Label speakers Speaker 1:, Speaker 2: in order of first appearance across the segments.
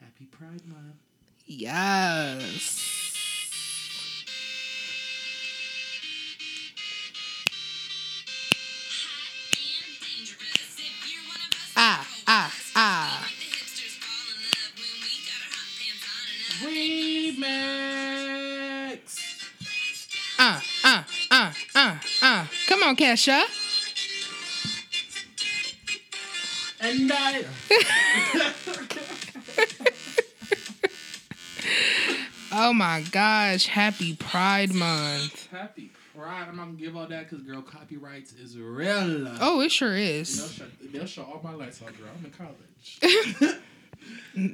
Speaker 1: Happy Pride Month.
Speaker 2: Yes. Ah, ah, ah.
Speaker 1: Remix.
Speaker 2: Uh, uh, uh, uh, uh. Come on, Kesha.
Speaker 1: And I.
Speaker 2: Oh my gosh. Happy Pride Month.
Speaker 1: Happy Pride. I'm not gonna give all that because girl, copyrights is real.
Speaker 2: Oh, it sure
Speaker 1: They'll
Speaker 2: is.
Speaker 1: shut, they'll shut all my lights off, girl. I'm in college.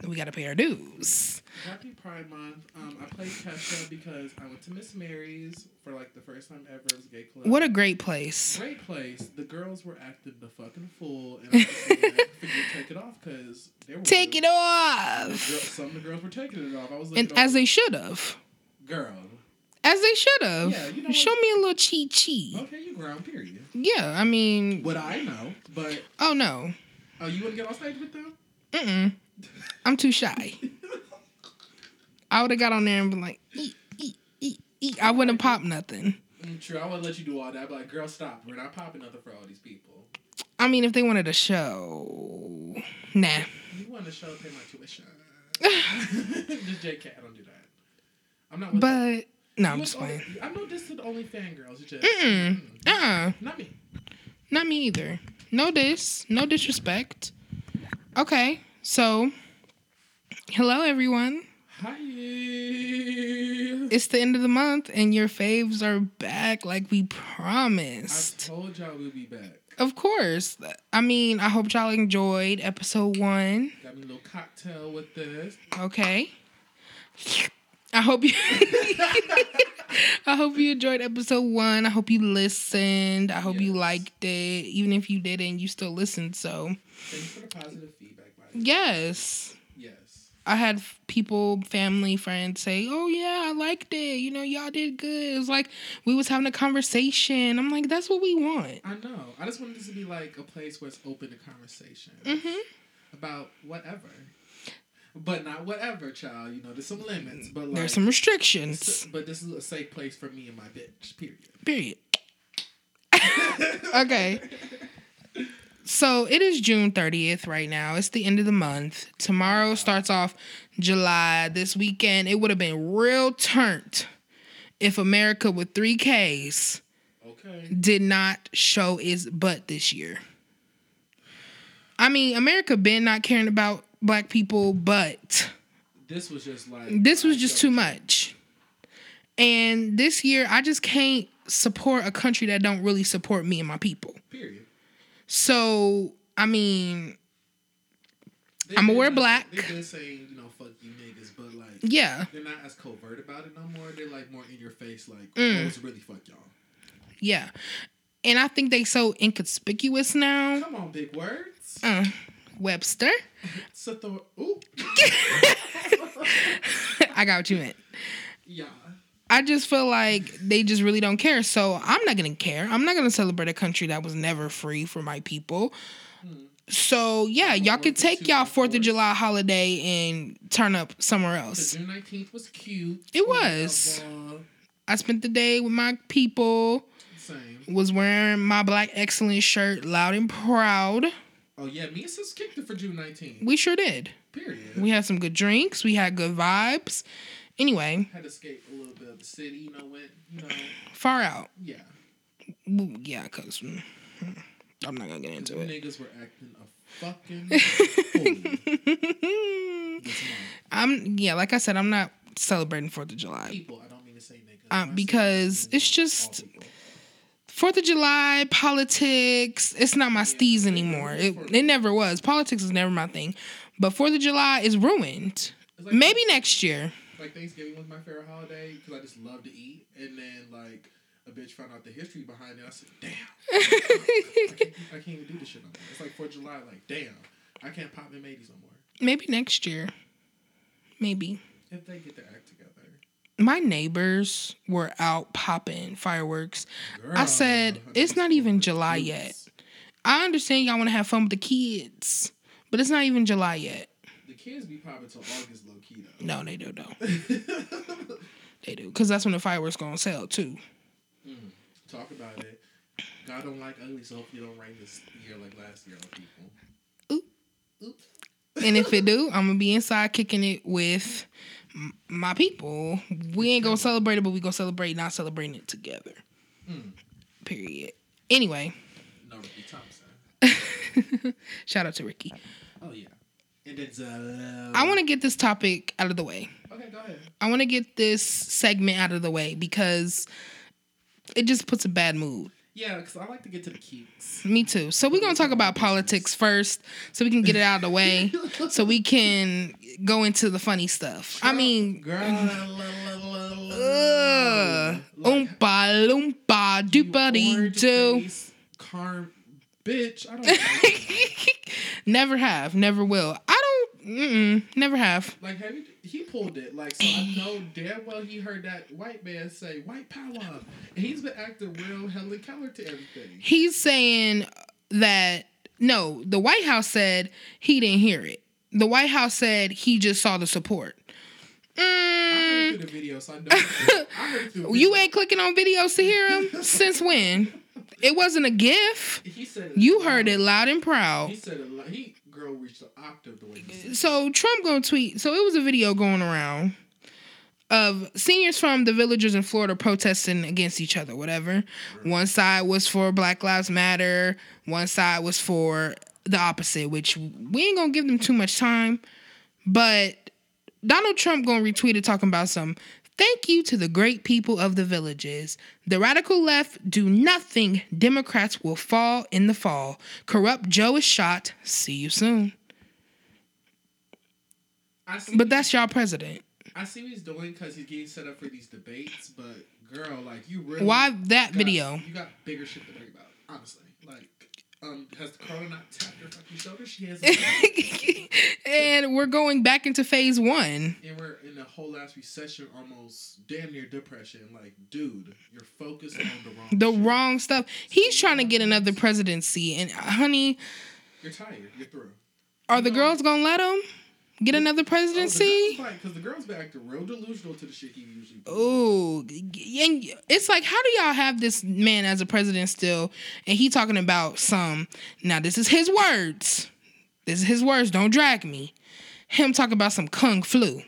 Speaker 2: We got to pay our dues.
Speaker 1: Happy Pride Month. Um, I played Kesha because I went to Miss Mary's for like the first time ever. It was a gay club.
Speaker 2: What a great place.
Speaker 1: great place. The girls were acting the fucking fool, and I was like, I figured take it off because they were
Speaker 2: Take it
Speaker 1: Girl,
Speaker 2: off.
Speaker 1: some of the girls were taking it off. I was like,
Speaker 2: And as they should have.
Speaker 1: girl.
Speaker 2: As they should have.
Speaker 1: Yeah, you know what?
Speaker 2: Show me a little chi chi.
Speaker 1: Okay, you ground. Period.
Speaker 2: Yeah, I mean,
Speaker 1: What I know, but
Speaker 2: oh no.
Speaker 1: oh, you want to get on stage with them?
Speaker 2: Mm-mm. I'm too shy. I would have got on there and been like, eat, eat, eat, eat. I wouldn't pop nothing.
Speaker 1: Mm, True. I wouldn't let you do all that. I'd be like, girl, stop. We're not popping nothing for all these people.
Speaker 2: I mean, if they wanted a show, nah.
Speaker 1: You want to show pay my tuition? Just JK. I don't do that. I'm not. With that.
Speaker 2: But no, I'm
Speaker 1: Look,
Speaker 2: just playing.
Speaker 1: only- I'm no distant only fangirls. It's just
Speaker 2: Mm-mm. Uh, uh
Speaker 1: not me.
Speaker 2: not me either. No diss, no disrespect. Okay, so hello everyone.
Speaker 1: Hi.
Speaker 2: It's the end of the month, and your faves are back, like we
Speaker 1: I
Speaker 2: promised.
Speaker 1: told y'all we'll be back.
Speaker 2: Of course. I mean, I hope y'all enjoyed episode one.
Speaker 1: Got me a little cocktail with this.
Speaker 2: Okay. I hope you I hope you enjoyed episode 1. I hope you listened. I hope you
Speaker 1: Yes.
Speaker 2: liked it. Even if you didn't, you still listened, so.
Speaker 1: Thanks for the positive feedback, by the way.
Speaker 2: Yes.
Speaker 1: Yes.
Speaker 2: I had f- people, family, friends say, "Oh yeah, I liked it. You know, y'all did good." It was like we was having a conversation. I'm like, "That's what we want."
Speaker 1: I know. I just wanted this to be like a place where it's open to conversation
Speaker 2: Mhm.
Speaker 1: about whatever. But not whatever, child. You know, there's some limits. But like,
Speaker 2: There's some restrictions.
Speaker 1: s- but this is a safe place for me and my bitch, period.
Speaker 2: Period. Okay. So it is June 30th right now. It's the end of the month. Tomorrow starts off July. This weekend, it would have been real turnt if America with three Ks
Speaker 1: Okay.
Speaker 2: did not show its butt this year. I mean, America been not caring about black people, but
Speaker 1: This was just like.
Speaker 2: this was just too much. And this year, I just can't support a country that don't really support me and my people.
Speaker 1: Period.
Speaker 2: So, I mean,
Speaker 1: They
Speaker 2: I'ma
Speaker 1: did
Speaker 2: wear
Speaker 1: not-
Speaker 2: black.
Speaker 1: They did saying, you know, fuck you niggas, but like.
Speaker 2: yeah,
Speaker 1: They're not as covert about it no more. They're like more in your face, like,
Speaker 2: Mm.
Speaker 1: oh, it's really fuck y'all.
Speaker 2: yeah. And I think they so inconspicuous now.
Speaker 1: Come on, big words.
Speaker 2: Uh, Webster,
Speaker 1: Set the ooh.
Speaker 2: I got what you meant.
Speaker 1: yeah.
Speaker 2: I just feel like they just really don't care. So I'm not gonna care. I'm not gonna celebrate a country that was never free for my people. So yeah, y'all
Speaker 1: Fourth
Speaker 2: could
Speaker 1: of
Speaker 2: take y'all
Speaker 1: July,
Speaker 2: Fourth of
Speaker 1: fourth.
Speaker 2: July holiday and turn up somewhere
Speaker 1: So
Speaker 2: else.
Speaker 1: June nineteenth was cute.
Speaker 2: It was.
Speaker 1: Uh,
Speaker 2: I spent the day with my people.
Speaker 1: Same.
Speaker 2: Was wearing my black excellence shirt, loud and proud.
Speaker 1: Oh yeah, me and sis kicked it for June nineteenth.
Speaker 2: We sure did.
Speaker 1: Period.
Speaker 2: We had some good drinks. We had good vibes. Anyway,
Speaker 1: had to escape a little bit of the city, you know. Went, you know,
Speaker 2: far out.
Speaker 1: yeah.
Speaker 2: Ooh, Yeah, cause mm, I'm not gonna get into it.
Speaker 1: Niggas were acting a fucking fool this month.
Speaker 2: I'm yeah, like I said, I'm not celebrating Fourth of July.
Speaker 1: People, I don't mean to say niggas.
Speaker 2: Uh,
Speaker 1: I say
Speaker 2: because
Speaker 1: people,
Speaker 2: it's
Speaker 1: all
Speaker 2: just-
Speaker 1: people.
Speaker 2: Fourth of July politics, it's not my steez
Speaker 1: they
Speaker 2: anymore.
Speaker 1: ruined
Speaker 2: It,
Speaker 1: Fourth of
Speaker 2: it never was. Politics is never my thing. But Fourth of July is ruined.
Speaker 1: It's like-
Speaker 2: Maybe next year.
Speaker 1: like Thanksgiving was my favorite holiday because I just love to eat, and then like a bitch found out the history behind it. I said, "Damn, I can't, I can't even do this shit no more." It's like Fourth of July, like, "Damn, I can't pop in mateys no more."
Speaker 2: Maybe next year. Maybe.
Speaker 1: If they get their act together,
Speaker 2: my neighbors were out popping fireworks. I
Speaker 1: Girl,
Speaker 2: said, it's not even July yet. I understand y'all want to have fun with the kids, but it's not even July yet.
Speaker 1: The kids be popping till August, low key though.
Speaker 2: No, they do, though. They do. Because that's when the fireworks going to sell, too.
Speaker 1: Talk about it. God don't like ugly, so hope you don't rain this year like last year on people.
Speaker 2: Oop.
Speaker 1: Oop.
Speaker 2: And if it do, I'm gonna be inside kicking it with m- my people. We ain't gonna celebrate it, but we gonna celebrate not celebrating it together.
Speaker 1: Mm.
Speaker 2: Period. Anyway,
Speaker 1: No, Ricky Thompson.
Speaker 2: shout out to Ricky.
Speaker 1: Oh yeah. And it's uh.
Speaker 2: I want to get this topic out of the way.
Speaker 1: to. Okay, go ahead.
Speaker 2: I want to get this segment out of the way because it just puts a bad mood.
Speaker 1: Yeah, because I like to get to the kinks.
Speaker 2: Me too. So we're gonna talk about politics first, so we can get it out of the way, so we can go into the funny stuff. I mean,
Speaker 1: girl. la, la, la, la, la.
Speaker 2: Ugh. Oh, oompa loompa doopity doo.
Speaker 1: Car, bitch. I don't. like you.
Speaker 2: never have, never will. I don't. Mm-mm, never have.
Speaker 1: Like, have you, he pulled it. Like, so I know damn well he heard that white man say white power. And he's been acting real Helen Keller to everything.
Speaker 2: He's saying that no. The White House said he didn't hear it. The White House said he just saw the support.
Speaker 1: I
Speaker 2: Mm,
Speaker 1: heard through the video, so I know. I heard through. the
Speaker 2: you
Speaker 1: video.
Speaker 2: ain't clicking on videos to hear him since when? It wasn't a GIF.
Speaker 1: He said it
Speaker 2: You
Speaker 1: loud.
Speaker 2: heard it loud and proud.
Speaker 1: He said it. Loud. He girl reached the octave the way he said. it.
Speaker 2: so Trump gonna tweet. So it was a video going around of seniors from the villagers in Florida protesting against each other, whatever. One side was for Black Lives Matter, one side was for the opposite, which we ain't gonna give them too much time. But Donald Trump gonna retweet it talking about some thank you to the great people of the villages. The radical left do nothing. Democrats will fall in the fall. Corrupt Joe is shot. See you soon.
Speaker 1: I see.
Speaker 2: But that's y'all president.
Speaker 1: I see what he's doing because he's getting set up for these debates. But girl, like you really.
Speaker 2: Why that
Speaker 1: got-
Speaker 2: video?
Speaker 1: You got bigger shit to worry about, honestly. Like, um, has Corona not tapped her fucking shoulder? She has.
Speaker 2: and we're going back into phase one.
Speaker 1: and we're in a whole last recession, almost damn near depression. Like, dude, you're focused on the wrong.
Speaker 2: The
Speaker 1: shit.
Speaker 2: wrong stuff. He's trying to get another presidency, and honey,
Speaker 1: You're tired. You're through.
Speaker 2: are the girls gonna let him get another
Speaker 1: Because
Speaker 2: presidency?
Speaker 1: Oh, the, girls, girls been acting real delusional to the shit he usually. do.
Speaker 2: Ooh, and it's like, how do y'all have this man as a president still? And he talking about some. Now this is his words. This is his words. Don't drag me. Him talking about some kung flu.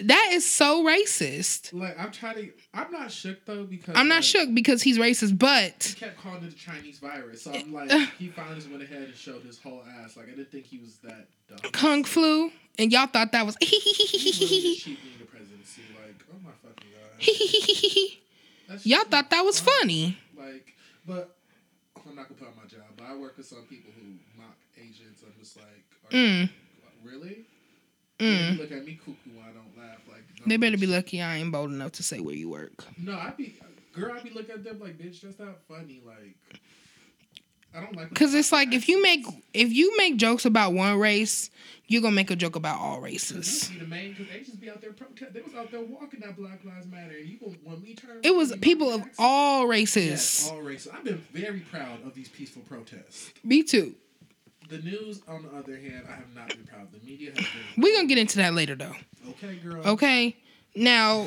Speaker 2: That is so racist.
Speaker 1: Like, I'm trying to. I'm not shook though because
Speaker 2: I'm not
Speaker 1: like,
Speaker 2: shook because he's racist, but
Speaker 1: He kept calling it the Chinese virus, so I'm like, he finally just went ahead and showed his whole ass. Like, I didn't think he was that dumb.
Speaker 2: Kung Flu, and y'all thought that was.
Speaker 1: He really just cheating the presidency. Like, oh my fucking god. That's
Speaker 2: y'all
Speaker 1: just
Speaker 2: thought that was
Speaker 1: dumb.
Speaker 2: funny.
Speaker 1: Like, but I'm not gonna put out my job. But I work with some people who mock Asians. I'm just like, are
Speaker 2: Mm.
Speaker 1: you, really?
Speaker 2: Mm.
Speaker 1: You look at me cuckoo. I don't laugh. Like no,
Speaker 2: They better be
Speaker 1: bitch.
Speaker 2: lucky I ain't bold enough to say where you work.
Speaker 1: No, I be girl. I be looking at them like, bitch, that's not funny. Like, I don't like. when
Speaker 2: Cause
Speaker 1: they
Speaker 2: it's
Speaker 1: mock
Speaker 2: like if you make
Speaker 1: accents.
Speaker 2: if you make jokes about one race, you're gonna make a joke about all
Speaker 1: 'Cause you
Speaker 2: races.
Speaker 1: see the main, cause Asians be out there protest. They was out there walking that Black Lives Matter. And you gonna when we turn.
Speaker 2: It was
Speaker 1: around, you
Speaker 2: people of
Speaker 1: mock accents?
Speaker 2: all
Speaker 1: Yes,
Speaker 2: races.
Speaker 1: all races. I've been very proud of these peaceful protests.
Speaker 2: Me too.
Speaker 1: The news, on the other hand, I have not been proud. The media has been.
Speaker 2: We're gonna get into that later though.
Speaker 1: Okay, girl.
Speaker 2: Okay. Now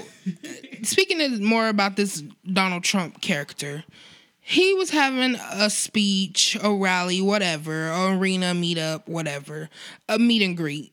Speaker 2: speaking of more about this Donald Trump character, he was having a speech, a rally, whatever, a arena meetup, whatever, a meet and greet.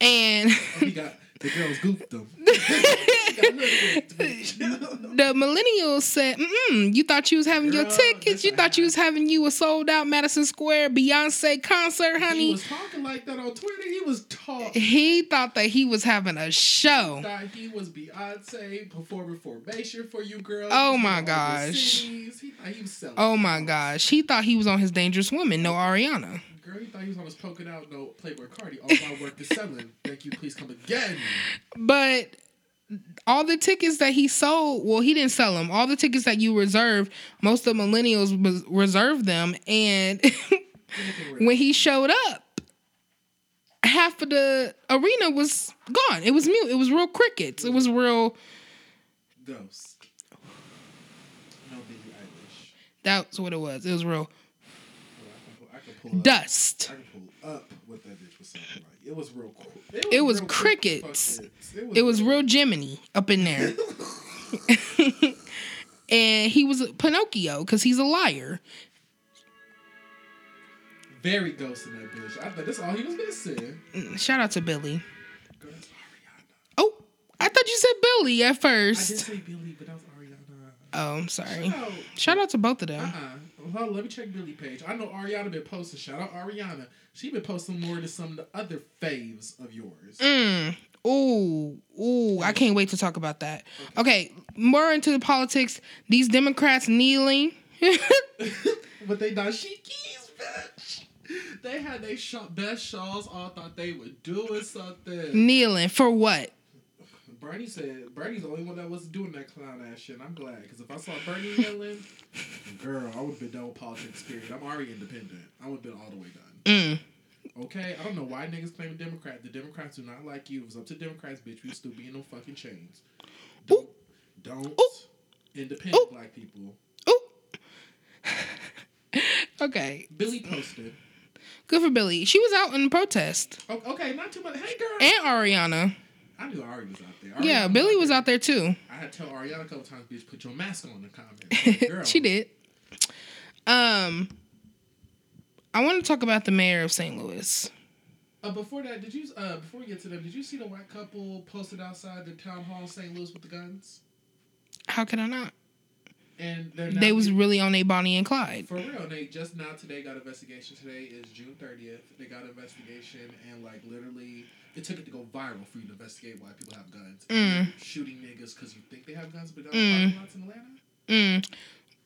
Speaker 2: And
Speaker 1: we got the girls goofed them. Girl,
Speaker 2: the millennials said, Mm-mm, You thought you was having your
Speaker 1: Girl,
Speaker 2: tickets.
Speaker 1: this
Speaker 2: You
Speaker 1: a
Speaker 2: thought you was having you a sold out Madison Square Beyonce concert,
Speaker 1: he
Speaker 2: honey.
Speaker 1: was talking like that on Twitter. He was talking.
Speaker 2: He thought that he was having a show.
Speaker 1: Thought he was Beyonce performing formation for you, girl.
Speaker 2: Oh
Speaker 1: He was
Speaker 2: my
Speaker 1: in all the
Speaker 2: gosh.
Speaker 1: cities. He thought he was selling.
Speaker 2: Oh my gosh. He thought he was on his Dangerous Woman, no Ariana.
Speaker 1: Girl, he thought he was on his poking out no Playboy Cardi. All my work is selling. Thank you. Please come again.
Speaker 2: But all the tickets that he sold, well, he didn't sell them. All the tickets that you reserved, most of millennials was- reserved them. And
Speaker 1: Anything real.
Speaker 2: when he showed up, half of the arena was gone. It was mute. It was real crickets. It was real.
Speaker 1: Ghost. No Billie Eilish.
Speaker 2: That's what it was. It was real
Speaker 1: Well, I can pull, I can pull up. I
Speaker 2: dust.
Speaker 1: can pull up what that bitch was sounding like. It was real. cool. It
Speaker 2: It was
Speaker 1: real
Speaker 2: crickets.
Speaker 1: crickets.
Speaker 2: It was real Jiminy up in there. and he was Pinocchio because he's a liar.
Speaker 1: Very ghost in that bitch. I thought that's all he was missing.
Speaker 2: Shout out to Billy.
Speaker 1: Girl, that's Ariana.
Speaker 2: Oh, I thought you said Billy at
Speaker 1: I did
Speaker 2: first.
Speaker 1: say Billy, but that was Ariana.
Speaker 2: Oh, I'm sorry.
Speaker 1: Shout out.
Speaker 2: Shout out to both of them.
Speaker 1: Uh-uh. Well, let me check Billy page. I know Ariana been posting. Shout out Ariana. She been posting more than some of the other faves of yours.
Speaker 2: Mm. Ooh, ooh, I can't wait to talk about that. Okay, more into the politics. These Democrats kneeling.
Speaker 1: but they not she keys, bitch. They had they sh- best shawls. All thought they were doing something.
Speaker 2: kneeling for what?
Speaker 1: Bernie said Bernie's the only one that wasn't doing that clown ass shit. and I'm glad because if I saw Bernie yelling, girl, I would have been done with politics. Period. I'm already independent. I would have been all the way done.
Speaker 2: Mm.
Speaker 1: Okay, I don't know why niggas claim a Democrat. The Democrats do not like you. If it's up to Democrats, bitch. We still be in them fucking chains. Don't, don't independent
Speaker 2: Ooh.
Speaker 1: black people.
Speaker 2: Ooh. okay,
Speaker 1: Billy posted.
Speaker 2: good for Billy. She was out in protest,
Speaker 1: O- Okay, not too much. Hey, girl.
Speaker 2: and Ariana.
Speaker 1: I knew Ari was out there.
Speaker 2: Yeah,
Speaker 1: Ariana
Speaker 2: Billy was out there too.
Speaker 1: I had to tell Ariana a couple times, bitch, put your mask on in the comments. Like, girl,
Speaker 2: she did. Um, I want to talk about the mayor of St. Louis.
Speaker 1: Uh, before that, did you uh, before we get to them, did you see the white couple posted outside the town hall in St. Louis with the guns?
Speaker 2: How could I not?
Speaker 1: And they're now
Speaker 2: They was really on a Bonnie and Clyde.
Speaker 1: for real. and They just now today got investigation. Today is June thirtieth. They got investigation, and like literally, it took it to go viral for you to investigate why people have guns, and you're shooting niggas because you think they have guns, but they don't
Speaker 2: Mm.
Speaker 1: have parking lots in Atlanta.
Speaker 2: Mm.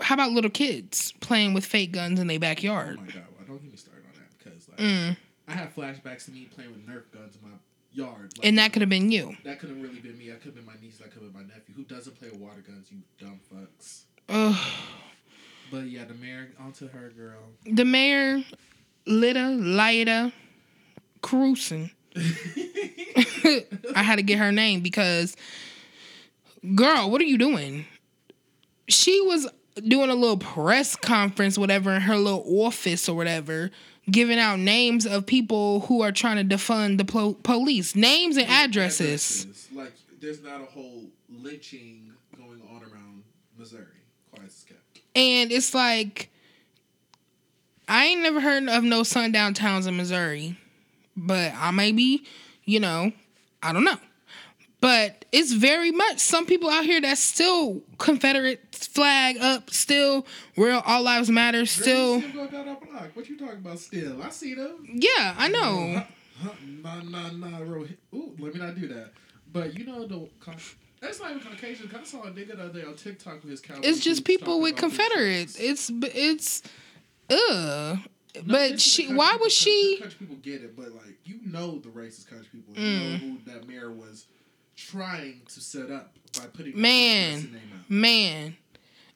Speaker 2: How about little kids playing with fake guns in their
Speaker 1: Oh
Speaker 2: backyard?
Speaker 1: my god! Well, don't get me started on that because like
Speaker 2: Mm.
Speaker 1: I have flashbacks to me playing with Nerf guns in my yard. Like,
Speaker 2: And that could have been you.
Speaker 1: That could have really been me. I could have been my niece. That could have been my nephew. Who doesn't play with water guns, you dumb fucks?
Speaker 2: Ugh.
Speaker 1: But yeah, the mayor, onto her, girl.
Speaker 2: The mayor, Lita, Lida, Cruisin. I had to get her name because, girl, what are you doing? She was doing a little press conference, whatever, in her little office or whatever, giving out names of people who are trying to defund the po- police, names and addresses.
Speaker 1: Like, there's not a whole lynching going on around Missouri. Quiet as kept.
Speaker 2: And it's like, I ain't never heard of no sundown towns in Missouri, but I may be, you know, I don't know. But it's very much some people out here that's still Confederate flag up, still real all lives matter, still.
Speaker 1: Girl, you still go down our block. What you talking about still? I see them.
Speaker 2: Yeah, I know.
Speaker 1: Huh, huh, Nah, nah, nah, Rohit. Ooh, let me not do that. But you know, the. Ca- That's not even Caucasian. 'cause I saw a nigga the other day on TikTok with his cowboy
Speaker 2: It's just
Speaker 1: boots
Speaker 2: people
Speaker 1: talking
Speaker 2: with
Speaker 1: about these
Speaker 2: Confederates.
Speaker 1: things.
Speaker 2: It's it's ugh.
Speaker 1: No, this is
Speaker 2: But
Speaker 1: the
Speaker 2: she
Speaker 1: country
Speaker 2: why
Speaker 1: people-
Speaker 2: was she
Speaker 1: Country people get it, but like you know the racist country people. You
Speaker 2: Mm.
Speaker 1: know who that mayor was trying to set up by putting that
Speaker 2: Man.
Speaker 1: racist name out.
Speaker 2: man?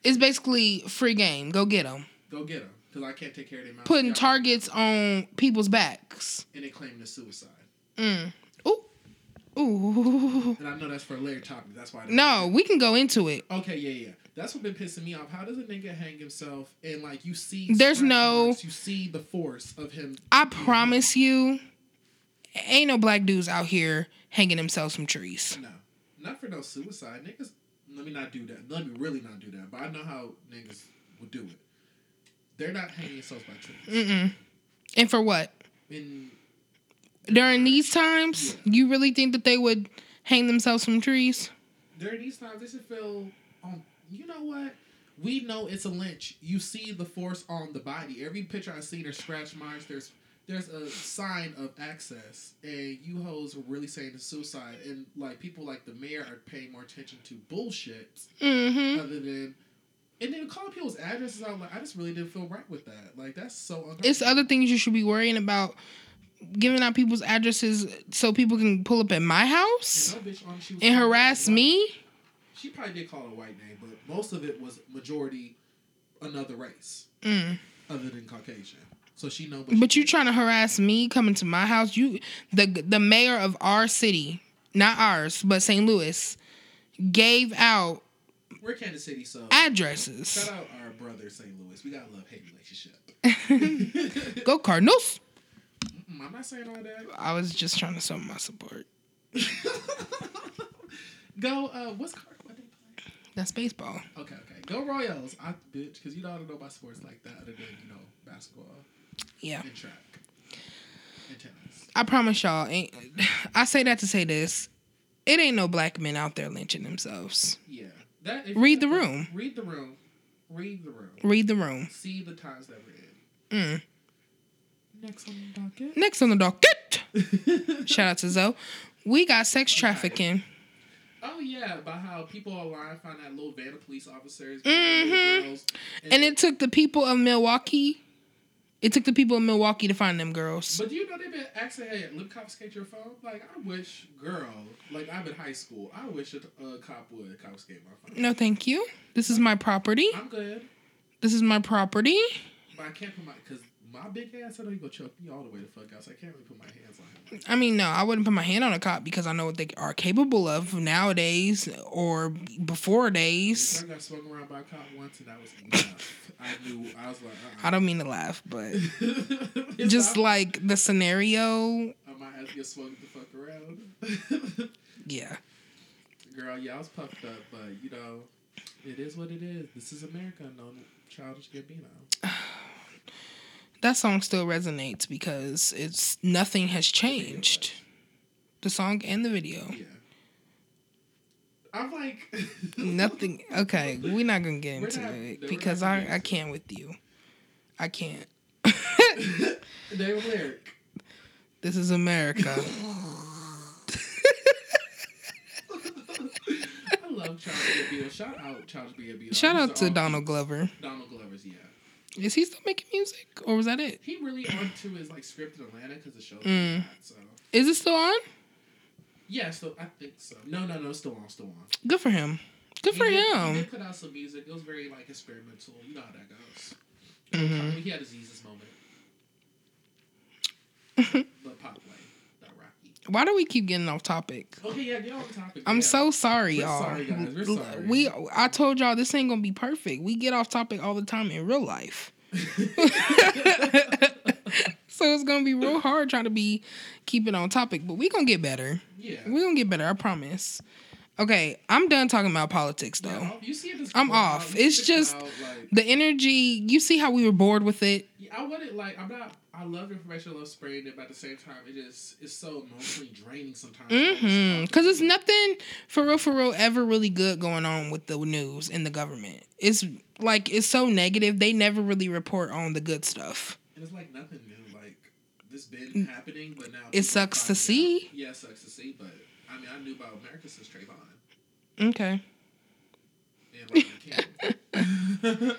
Speaker 2: It's basically free game. Go get them.
Speaker 1: Go get them because I can't take care of them.
Speaker 2: putting targets on people's backs.
Speaker 1: and they claiming it's suicide.
Speaker 2: Mm. Ooh. Ooh.
Speaker 1: And I know that's for a later topic. That's why. I didn't-
Speaker 2: No, we can go into it.
Speaker 1: Okay, yeah, yeah. That's what been pissing me off. How does a nigga hang himself and like you see?
Speaker 2: There's
Speaker 1: scratch
Speaker 2: no-
Speaker 1: marks, You see the force of him.
Speaker 2: I promise you, ain't no black dudes out here hanging themselves from trees.
Speaker 1: No, not for no suicide, niggas. Let me not do that. Let me really not do that. But I know how niggas will do it. They're not hanging themselves by trees.
Speaker 2: Mm-mm. And for what?
Speaker 1: in
Speaker 2: During these times, you really think that they would hang themselves from trees?
Speaker 1: during these times they should feel um you know what we know it's a lynch you see the force on the body every picture i've seen there's scratch marks there's there's a sign of access and you hoes are really saying it's suicide and like people like the mayor are paying more attention to bullshit
Speaker 2: Mm-hmm.
Speaker 1: other than and then calling people's addresses out like i just really didn't feel right with that like that's so un-
Speaker 2: It's other things you should be worrying about. Giving out people's addresses so people can pull up at my house
Speaker 1: and, no bitch on, she was
Speaker 2: and
Speaker 1: calling
Speaker 2: harass
Speaker 1: out.
Speaker 2: me.
Speaker 1: she probably did call it a white name but most of it was majority another race
Speaker 2: Mm.
Speaker 1: other than caucasian So she know. What
Speaker 2: But
Speaker 1: she
Speaker 2: you trying to harass me coming to my house? You the the mayor of our city, not ours, but St. Louis, gave out
Speaker 1: did. We're Kansas City, so
Speaker 2: addresses.
Speaker 1: shout out our brother St. Louis. We got a love hate relationship.
Speaker 2: Go Cardinals!
Speaker 1: Mm, I'm not saying all that.
Speaker 2: I was just trying to show my support.
Speaker 1: Go. Uh, what's card? What they play?
Speaker 2: That's baseball.
Speaker 1: Okay, okay. Go Royals. I bitch, cause you know I don't know about sports like that other than you know basketball
Speaker 2: Yeah,
Speaker 1: and track and tennis.
Speaker 2: I promise y'all. Ain't, I say that to say this: it ain't no black men out there lynching themselves.
Speaker 1: Yeah. That if-
Speaker 2: Read the room.
Speaker 1: Read the room. Read the room.
Speaker 2: Read the room.
Speaker 1: See the times that we're in.
Speaker 2: Mm.
Speaker 1: Next on the docket.
Speaker 2: Next on the docket. Shout out to Zoe. We got sex trafficking.
Speaker 1: oh yeah, about how people online find that little van of police officers,
Speaker 2: Mhm.
Speaker 1: little girls,
Speaker 2: And it took the people of Milwaukee. It took the people of Milwaukee to find them girls.
Speaker 1: But do you know they've been asking, hey, let me confiscate your phone? Like, I wish, girl, like I'm in high school. I wish a, a cop would confiscate my phone.
Speaker 2: No, thank you. This is my property.
Speaker 1: I'm good,
Speaker 2: This is my property.
Speaker 1: but I can't put my because my big ass. I know you gonna choke me all the way the fuck out. So I can't really put my hands on him.
Speaker 2: I mean, no, I wouldn't put my hand on a cop because I know what they are capable of nowadays or before days.
Speaker 1: I got swung around by a cop once, and that was enough. I knew. I was like, uh-uh.
Speaker 2: I don't mean to laugh, but
Speaker 1: don't.
Speaker 2: just like the scenario,
Speaker 1: I might have to get swung the fuck around.
Speaker 2: yeah.
Speaker 1: Girl, yeah, I was puffed up, but you know, it is what it is. This is America, no childish Gambino.
Speaker 2: That song still resonates because it's nothing has changed. The song and the video.
Speaker 1: Yeah. I'm like
Speaker 2: Nothing. Okay, we're not gonna get
Speaker 1: We're
Speaker 2: into
Speaker 1: not- no, we're
Speaker 2: it
Speaker 1: not
Speaker 2: because
Speaker 1: gonna
Speaker 2: I
Speaker 1: get
Speaker 2: I
Speaker 1: into
Speaker 2: can't with you. I can't.
Speaker 1: They were lyric.
Speaker 2: This is America.
Speaker 1: I love Childish Gambino. Shout out Childish Gambino.
Speaker 2: Shout
Speaker 1: These
Speaker 2: out
Speaker 1: are
Speaker 2: to
Speaker 1: all
Speaker 2: Donald Glover.
Speaker 1: people- Donald Glover's, yeah.
Speaker 2: Is he still making music, or was that it?
Speaker 1: He really onto his like script in Atlanta because the show.
Speaker 2: Mm.
Speaker 1: So
Speaker 2: Is it still on?
Speaker 1: yeah, so I think so. No, no, no, still on, still on.
Speaker 2: Good for him. Good for
Speaker 1: he did- He
Speaker 2: him.
Speaker 1: did put out some music. It was very like experimental. You know how that goes.
Speaker 2: Mhm.
Speaker 1: He had his Jesus moment. but pop like not Rocky.
Speaker 2: Why do we keep getting off topic?
Speaker 1: Okay, yeah, get on topic.
Speaker 2: I'm
Speaker 1: yeah.
Speaker 2: so sorry,
Speaker 1: We're
Speaker 2: y'all.
Speaker 1: sorry, guys. We're
Speaker 2: L-
Speaker 1: sorry.
Speaker 2: We I told y'all this ain't gonna be perfect. We get off topic all the time in real life. so it's gonna be real hard trying to be keep it on topic, but we gonna get better.
Speaker 1: yeah.
Speaker 2: We gonna get better, I promise. Okay, I'm done talking about politics though.
Speaker 1: Yeah, you see it as
Speaker 2: I'm
Speaker 1: cloud,
Speaker 2: off.
Speaker 1: you see
Speaker 2: It's
Speaker 1: the
Speaker 2: just-
Speaker 1: cloud, like,
Speaker 2: The energy, you see how we were bored with it.
Speaker 1: Yeah, I wouldn't like. I'm not. I love information. I love spraying it, but at the same time, it just it's so emotionally draining sometimes.
Speaker 2: Mm-hmm. Cause it's nothing for real, for real, ever really good going on with the news and the government. It's like it's so negative. They never really report on the good stuff.
Speaker 1: And it's like nothing new. Like this been happening, but now people
Speaker 2: Mm. sucks to
Speaker 1: finding
Speaker 2: see.
Speaker 1: out. Yeah, it sucks to see. But I mean, I knew about America since Trayvon
Speaker 2: Okay.
Speaker 1: and Rodney King.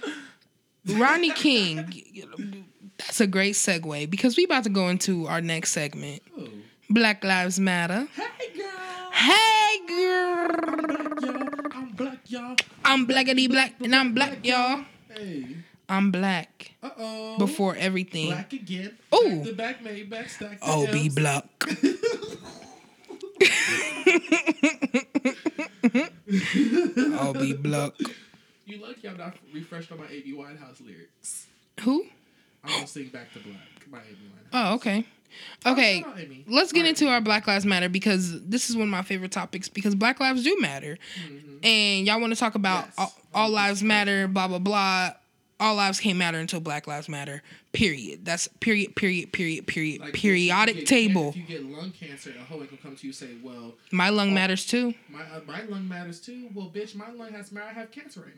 Speaker 2: Rodney King. That's a great segue because we about to go into our next segment.
Speaker 1: Ooh.
Speaker 2: Black Lives Matter.
Speaker 1: Oh. Hey girl,
Speaker 2: Hey girl.
Speaker 1: y'all, I'm black, y'all.
Speaker 2: I'm blackity black and I'm black, y'all.
Speaker 1: Hey,
Speaker 2: I'm black
Speaker 1: uh oh.
Speaker 2: before everything.
Speaker 1: black again.
Speaker 2: Ooh.
Speaker 1: the back made back stack. the
Speaker 2: Oh, be
Speaker 1: M's.
Speaker 2: black. I'll be black.
Speaker 1: You lucky I'm not refreshed on my Amy Winehouse lyrics.
Speaker 2: Who?
Speaker 1: I'm gonna sing Back to Black by Amy Winehouse.
Speaker 2: Oh, okay. Okay.
Speaker 1: Oh, shout out Amy.
Speaker 2: Let's get
Speaker 1: Alright.
Speaker 2: into our Black Lives Matter because this is one of my favorite topics because Black lives do matter. And y'all want to talk about
Speaker 1: Mm-hmm. Yes.
Speaker 2: all, all lives matter, blah, blah, blah. All lives can't matter until Black Lives Matter, period. That's period, period, period, period,
Speaker 1: Like, if you
Speaker 2: periodic
Speaker 1: get-
Speaker 2: table.
Speaker 1: If you get lung cancer, a hoe ain't gonna come to you and say, "Well,
Speaker 2: My lung matters too.
Speaker 1: my uh, my lung matters too." Well, bitch, my lung has matter. I have cancer right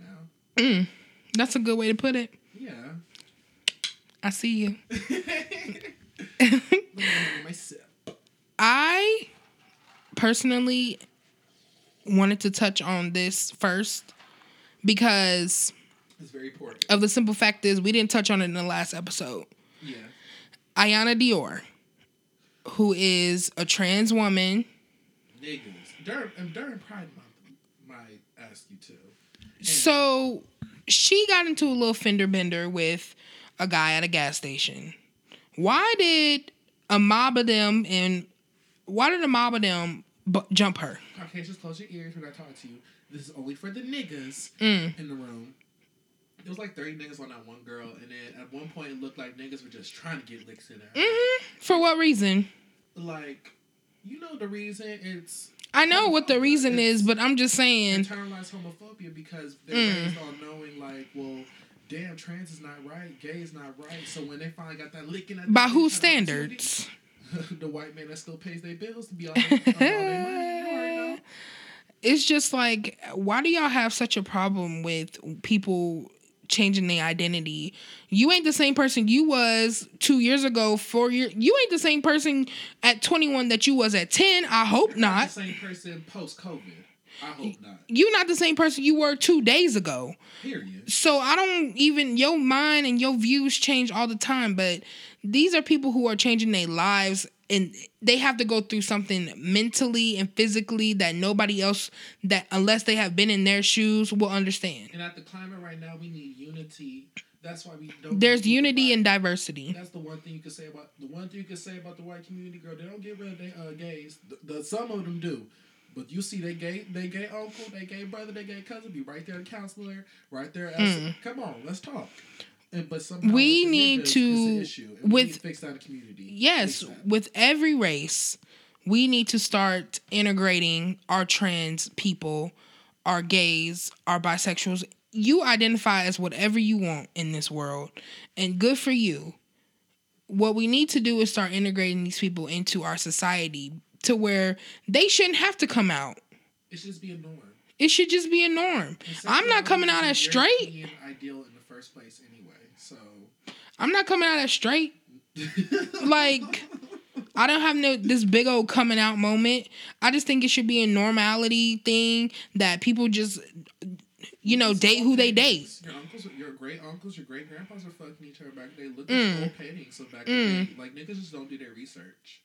Speaker 1: now.
Speaker 2: Mm, that's a good way to put it.
Speaker 1: Yeah.
Speaker 2: I see you.
Speaker 1: Let me remember my sip.
Speaker 2: I personally wanted to touch on this first because
Speaker 1: It's very important.
Speaker 2: of the simple fact is we didn't touch on it in the last episode.
Speaker 1: Yeah.
Speaker 2: Ayana Dior, who is a trans woman,
Speaker 1: Niggas. During and during Pride Month, might ask you to.
Speaker 2: so she got into a little fender bender with a guy at a gas station. Why did a mob of them and why did a mob of them b- jump her?
Speaker 1: Caucasians, close your ears when I talk to you. This is only for the niggas
Speaker 2: Mm.
Speaker 1: in the room. There was like 30 niggas on that one girl, and then at one point it looked like niggas were just trying to get licks in her.
Speaker 2: hmm For what reason?
Speaker 1: Like, you know the reason it's
Speaker 2: I know what the reason is, but I'm just saying.
Speaker 1: internalized homophobia because they're
Speaker 2: Mm.
Speaker 1: raised on knowing like, well, damn, trans is not right, gay is not right. So when they finally got that licking at
Speaker 2: By whose standards?
Speaker 1: the white man that still pays their bills to be on, on all their money. You already know.
Speaker 2: it's just like why do y'all have such a problem with people changing their identity you ain't the same person you was two years ago four years you ain't the same person at 21 that you was at 10 i hope
Speaker 1: the
Speaker 2: not
Speaker 1: same person post COVID. I hope not.
Speaker 2: you not the same person you were two days ago
Speaker 1: Period.
Speaker 2: so i don't even your mind and your views change all the time but these are people who are changing their lives and they have to go through something mentally and physically that nobody else that unless they have been in their shoes will understand
Speaker 1: And at the climate right now, we need unity. That's why we don't.
Speaker 2: there's
Speaker 1: need
Speaker 2: unity
Speaker 1: divide.
Speaker 2: and diversity
Speaker 1: That's the one thing you can say about the one thing you can say about the white community, girl. They don't get rid of their uh, gays. The, the some of them do, but you see, they gay, they gay uncle, they gay brother, they gay cousin be right there, the counselor, right there. asking, Come on, let's talk. And but somehow
Speaker 2: Hmm. We
Speaker 1: with the
Speaker 2: need
Speaker 1: niggas, it's
Speaker 2: to-
Speaker 1: an issue, and we
Speaker 2: with-
Speaker 1: need to fix that in the community.
Speaker 2: yes
Speaker 1: Fix that.
Speaker 2: with every race we need to start integrating our trans people our gays our bisexuals you identify as whatever you want in this world and good for you what we need to do is start integrating these people into our society to where they shouldn't have to come out
Speaker 1: it should just be a norm.
Speaker 2: it should just be a norm
Speaker 1: And
Speaker 2: i'm not
Speaker 1: sexuality
Speaker 2: coming out
Speaker 1: is a
Speaker 2: as straight
Speaker 1: European Ideal in the first place, anyway. So
Speaker 2: i'm not coming out as straight Like- I don't have no this big old coming out moment. I just think it should be a normality thing that people just you know,
Speaker 1: It's
Speaker 2: date
Speaker 1: all
Speaker 2: who they date.
Speaker 1: paintings. Your uncles, your great uncles, your great grandpas are fucking each other back. They look
Speaker 2: Mm.
Speaker 1: at old paintings of back in the
Speaker 2: Mm.
Speaker 1: day. Like niggas just don't do their research.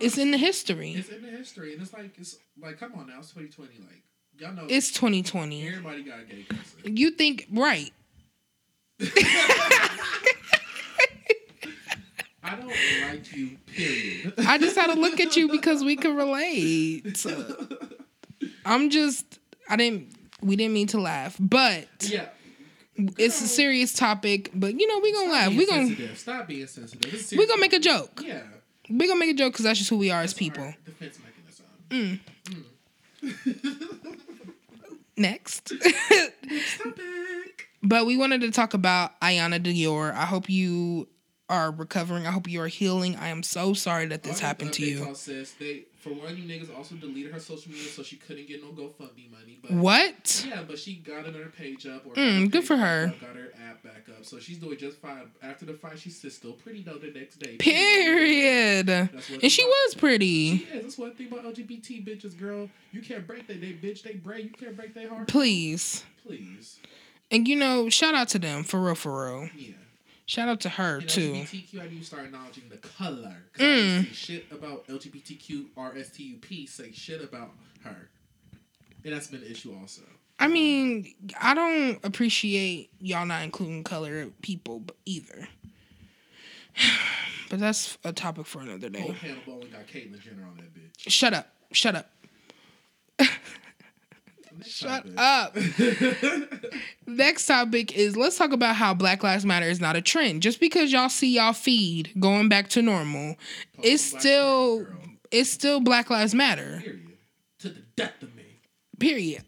Speaker 2: It's in the
Speaker 1: Honestly.
Speaker 2: history.
Speaker 1: It's in the history, and it's like it's like come on now, it's twenty twenty. Like y'all know
Speaker 2: It's 2020.
Speaker 1: everybody got a gay cousin.
Speaker 2: You think right.
Speaker 1: I don't like you. Period.
Speaker 2: I just had to look at you because we could relate. So, I'm just I didn't we didn't mean to laugh, but
Speaker 1: yeah.
Speaker 2: it's a serious topic, but you know, we going to laugh. We going to
Speaker 1: to stop being sensitive. It's
Speaker 2: we going to make a
Speaker 1: serious.
Speaker 2: joke.
Speaker 1: Yeah,
Speaker 2: We going to make a joke cuz that's just who we are as
Speaker 1: That's
Speaker 2: people.
Speaker 1: our defense mechanism. Mm.
Speaker 2: Mm. Next.
Speaker 1: Topic.
Speaker 2: But we wanted to talk about Ayana Dior. I hope you are recovering. I hope you are healing. I am so sorry that this
Speaker 1: All
Speaker 2: happened
Speaker 1: these
Speaker 2: to
Speaker 1: updates
Speaker 2: you.
Speaker 1: all says they, for one, you niggas also deleted her social media, so she couldn't get no GoFundMe money. But
Speaker 2: What?
Speaker 1: Yeah, but she got another page up. Or
Speaker 2: Mm,
Speaker 1: got her
Speaker 2: good for
Speaker 1: page
Speaker 2: her.
Speaker 1: back up, got her app back up, so she's doing just fine. After the fight, she's still pretty though the next day.
Speaker 2: Period.
Speaker 1: That's what
Speaker 2: And she was pretty.
Speaker 1: Yeah, that's one thing about LGBT bitches, girl. You can't break they, they bitch, they brain. You can't break their heart.
Speaker 2: Please.
Speaker 1: Please,
Speaker 2: And you know, shout out to them for real, for real.
Speaker 1: yeah.
Speaker 2: Shout out to her
Speaker 1: And
Speaker 2: too.
Speaker 1: LGBTQ, I need to start acknowledging the color. 'Cause I
Speaker 2: Mm.
Speaker 1: didn't see shit about LGBTQ RSTUP say shit about her. And that's been an issue also.
Speaker 2: I mean, I don't appreciate y'all not including color people b- either. But that's a topic for another day.
Speaker 1: Old Hannah Bowling got Caitlyn Jenner on that bitch.
Speaker 2: Shut up. Shut up.
Speaker 1: Next
Speaker 2: Shut
Speaker 1: topic.
Speaker 2: up. Next topic is let's talk about how Black Lives Matter is not a trend. Just because y'all see y'all feed going back to normal, it's
Speaker 1: Black
Speaker 2: still
Speaker 1: girl, girl.
Speaker 2: it's still Black Lives Matter.
Speaker 1: Period. To the death of me.
Speaker 2: Period.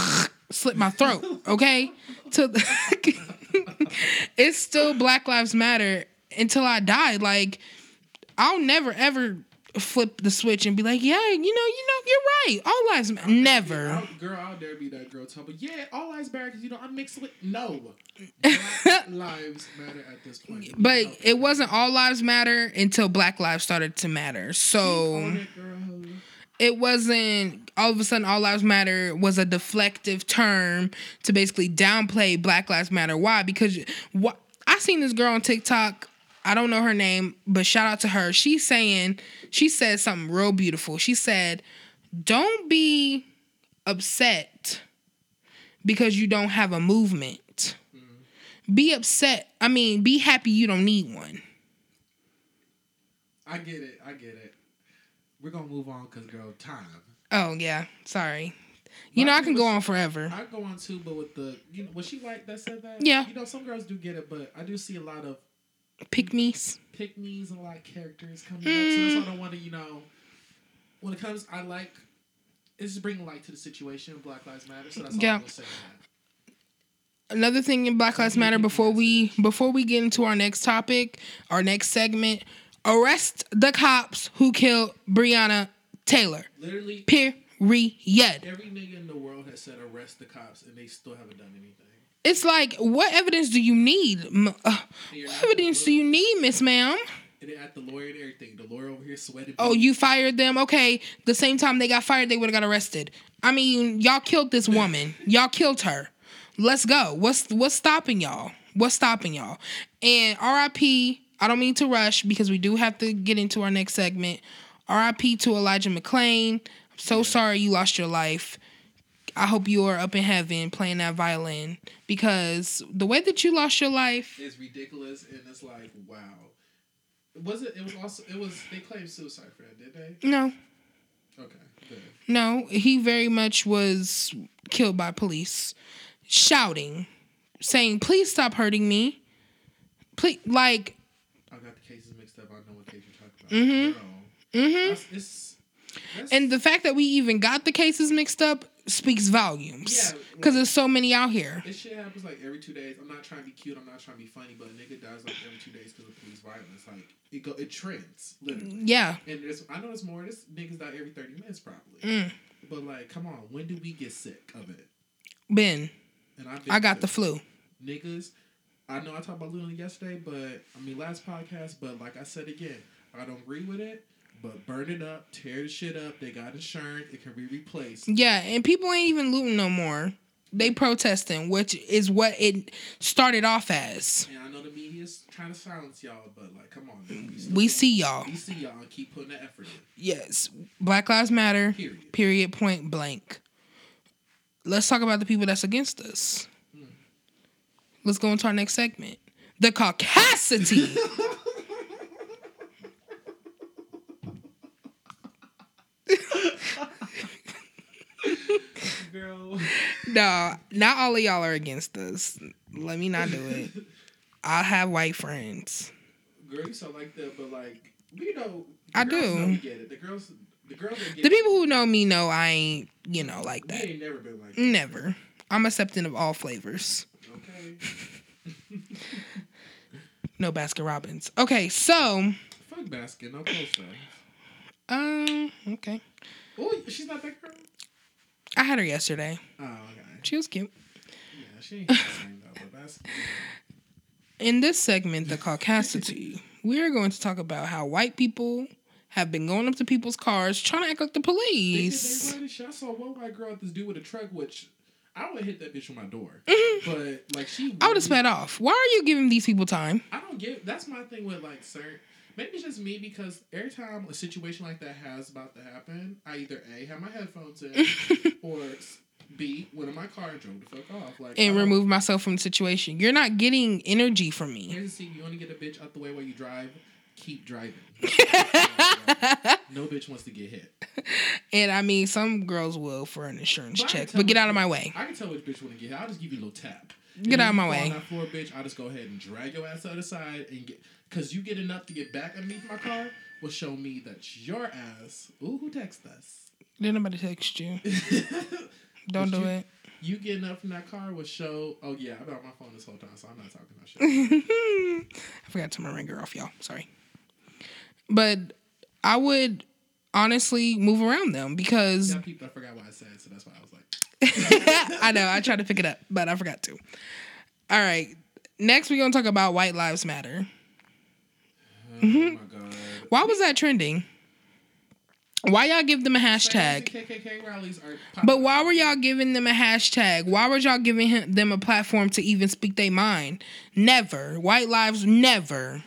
Speaker 2: Slip my throat, okay? To it's still Black Lives Matter until I die. Like I'll never ever flip the switch and be like, yeah, you know, you know, you're right. All lives matter. Never.
Speaker 1: I'll, girl, I'll dare be that girl. Tell me, yeah, all lives matter because you know I'm mixed with. No. Black lives matter at this point.
Speaker 2: But
Speaker 1: No.
Speaker 2: it wasn't all lives matter until black lives started to matter.
Speaker 1: Own
Speaker 2: So
Speaker 1: it, girl.
Speaker 2: it wasn't all of a sudden all lives matter was a deflective term to basically downplay black lives matter. Why? Because what I seen this girl on TikTok, I don't know her name, but shout out to her. She's saying she said something real beautiful. She said, "Don't be upset because you don't have a movement. Be upset. I mean, be happy you don't need one."
Speaker 1: I get it. I get it. We're gonna move on because girl, time.
Speaker 2: Oh yeah, sorry. You know I can go on forever.
Speaker 1: I go on too, but with the you know, was she white that said that?
Speaker 2: Yeah.
Speaker 1: You know, some girls do get it, but I do see a lot of
Speaker 2: Pick me's.
Speaker 1: pick me's and a lot of characters coming up. So that's why I don't want to, you know, when it comes, I like it's just bringing light to the situation. Black Lives Matter. So that's all
Speaker 2: Yeah.
Speaker 1: I'm gonna say. on
Speaker 2: Another thing in Black Lives Matter before we before we get into our next topic, our next segment, arrest the cops who killed Breonna Taylor.
Speaker 1: that. Literally,
Speaker 2: Period.
Speaker 1: every nigga in the world has said arrest the cops, and they still haven't done anything.
Speaker 2: It's like what evidence do you need? M- uh, what evidence do you need, Miss Ma'am?
Speaker 1: And they at the lawyer and everything. The lawyer over here sweating.
Speaker 2: Oh, you fired them. Okay, the same time they got fired, they would have got arrested. I mean, y'all killed this woman. y'all killed her. Let's go. What's what's stopping y'all? What's stopping y'all? And R.I.P. I don't mean to rush because we do have to get into our next segment. R.I.P. to Elijah McClain. I'm so sorry you lost your life. I hope you are up in heaven playing that violin because the way that you lost your life,
Speaker 1: is ridiculous, and it's like wow. Was it? wasn't- It was also. It was. They claimed suicide for that, did they?
Speaker 2: no,
Speaker 1: Okay. Good.
Speaker 2: No, he very much was killed by police, shouting, saying, "Please stop hurting me." Please, like,
Speaker 1: I got the cases mixed up. I know what case you're talking about. Mm-hmm. Mm-hmm. It's. that's-
Speaker 2: and the fact that we even got the cases mixed up speaks volumes
Speaker 1: Yeah, like-
Speaker 2: because there's so many out here.
Speaker 1: This shit happens like every two days. I'm not trying to be cute. I'm not trying to be funny, but a nigga dies like every two days because of police violence. Like it go, it trends literally.
Speaker 2: Yeah,
Speaker 1: And there's, I know it's more. This niggas die every thirty minutes probably.
Speaker 2: Mm.
Speaker 1: But like, come on, when do we get sick of it?
Speaker 2: Ben,
Speaker 1: And I've been
Speaker 2: I got
Speaker 1: sick.
Speaker 2: the flu.
Speaker 1: niggas. I know I talked about Luna yesterday, but I mean last podcast, but like I said again, I don't agree with it. But burn it up, tear the shit up. They got insurance; it can be replaced.
Speaker 2: Yeah, and people ain't even looting no more. They protesting, which is what it started off as.
Speaker 1: And I know the media's trying to silence y'all, but like, come on, man.
Speaker 2: We see y'all.
Speaker 1: we see y'all and keep putting the effort in.
Speaker 2: Yes, Black Lives Matter.
Speaker 1: Period.
Speaker 2: period point blank. Let's talk about the people that's against us. Let's go into our next segment. The caucasity.
Speaker 1: Girl,
Speaker 2: no, not all of y'all are against us. Let me not do it. I have white friends.
Speaker 1: girl, you sound like that, but like we know. the
Speaker 2: I
Speaker 1: girls
Speaker 2: do.
Speaker 1: Know we get it. The girls, the girls that get
Speaker 2: The people who know me know I ain't, you know, like
Speaker 1: it. We
Speaker 2: that.
Speaker 1: ain't never been like that.
Speaker 2: Never. I'm accepting of all flavors.
Speaker 1: Okay,
Speaker 2: No Baskin Robbins. Okay, so,
Speaker 1: fuck Baskin. I'm close though.
Speaker 2: um, okay.
Speaker 1: Oh, she's not that girl.
Speaker 2: I had her yesterday.
Speaker 1: Oh, okay.
Speaker 2: She was cute.
Speaker 1: Yeah, she ain't the same though, but that's
Speaker 2: In this segment, the caucasity, we are going to talk about how white people have been going up to people's cars trying to act like the
Speaker 1: they, they
Speaker 2: police.
Speaker 1: ride this shit. I saw one white girl at this dude with a truck, which I would hit that bitch with my door. But like she
Speaker 2: Mm-hmm. I would have sped off. Why are you giving these people time?
Speaker 1: I don't get that's my thing with like certain maybe it's just me because every time a situation like that has about to happen, I either A have my headphones in or B went in my car and drove the fuck off. Like
Speaker 2: And
Speaker 1: I don't-
Speaker 2: remove myself from the situation. You're not getting energy from me.
Speaker 1: Here's the thing, you want to get a bitch out the way while you drive, keep driving. no bitch wants to get hit.
Speaker 2: And I mean, some girls will for an insurance
Speaker 1: But I
Speaker 2: check,
Speaker 1: tell
Speaker 2: but get
Speaker 1: you-
Speaker 2: out of my way.
Speaker 1: I can tell which bitch want to get hit. I'll just give you a little tap.
Speaker 2: Get
Speaker 1: And
Speaker 2: out of
Speaker 1: if
Speaker 2: my
Speaker 1: you fall
Speaker 2: way.
Speaker 1: On that floor, bitch. I'll just go ahead and drag your ass to the other side and get. Cause you getting up to get back underneath my car will show me that your ass. Ooh, who text us?
Speaker 2: Did nobody text you? Don't
Speaker 1: Would
Speaker 2: do
Speaker 1: you-
Speaker 2: it.
Speaker 1: you getting up from that car will show. Oh yeah, I've been on my phone this whole time, so I'm not talking about shit.
Speaker 2: I forgot to turn my ringer off, y'all. Sorry. But I would honestly move around them because
Speaker 1: yeah, people, I forgot what I said, so that's why I was like, oh,
Speaker 2: I know. I tried to pick it up, but I forgot to. All right. Next, we're going to talk about White Lives Matter.
Speaker 1: oh
Speaker 2: Mm-hmm.
Speaker 1: my god.
Speaker 2: Why was that trending? Why y'all give them a
Speaker 1: Plans
Speaker 2: hashtag?
Speaker 1: and KKK rallies are.
Speaker 2: But why were y'all giving them a hashtag? Why were y'all giving him, them a platform to even speak their mind? Never. White lives, never.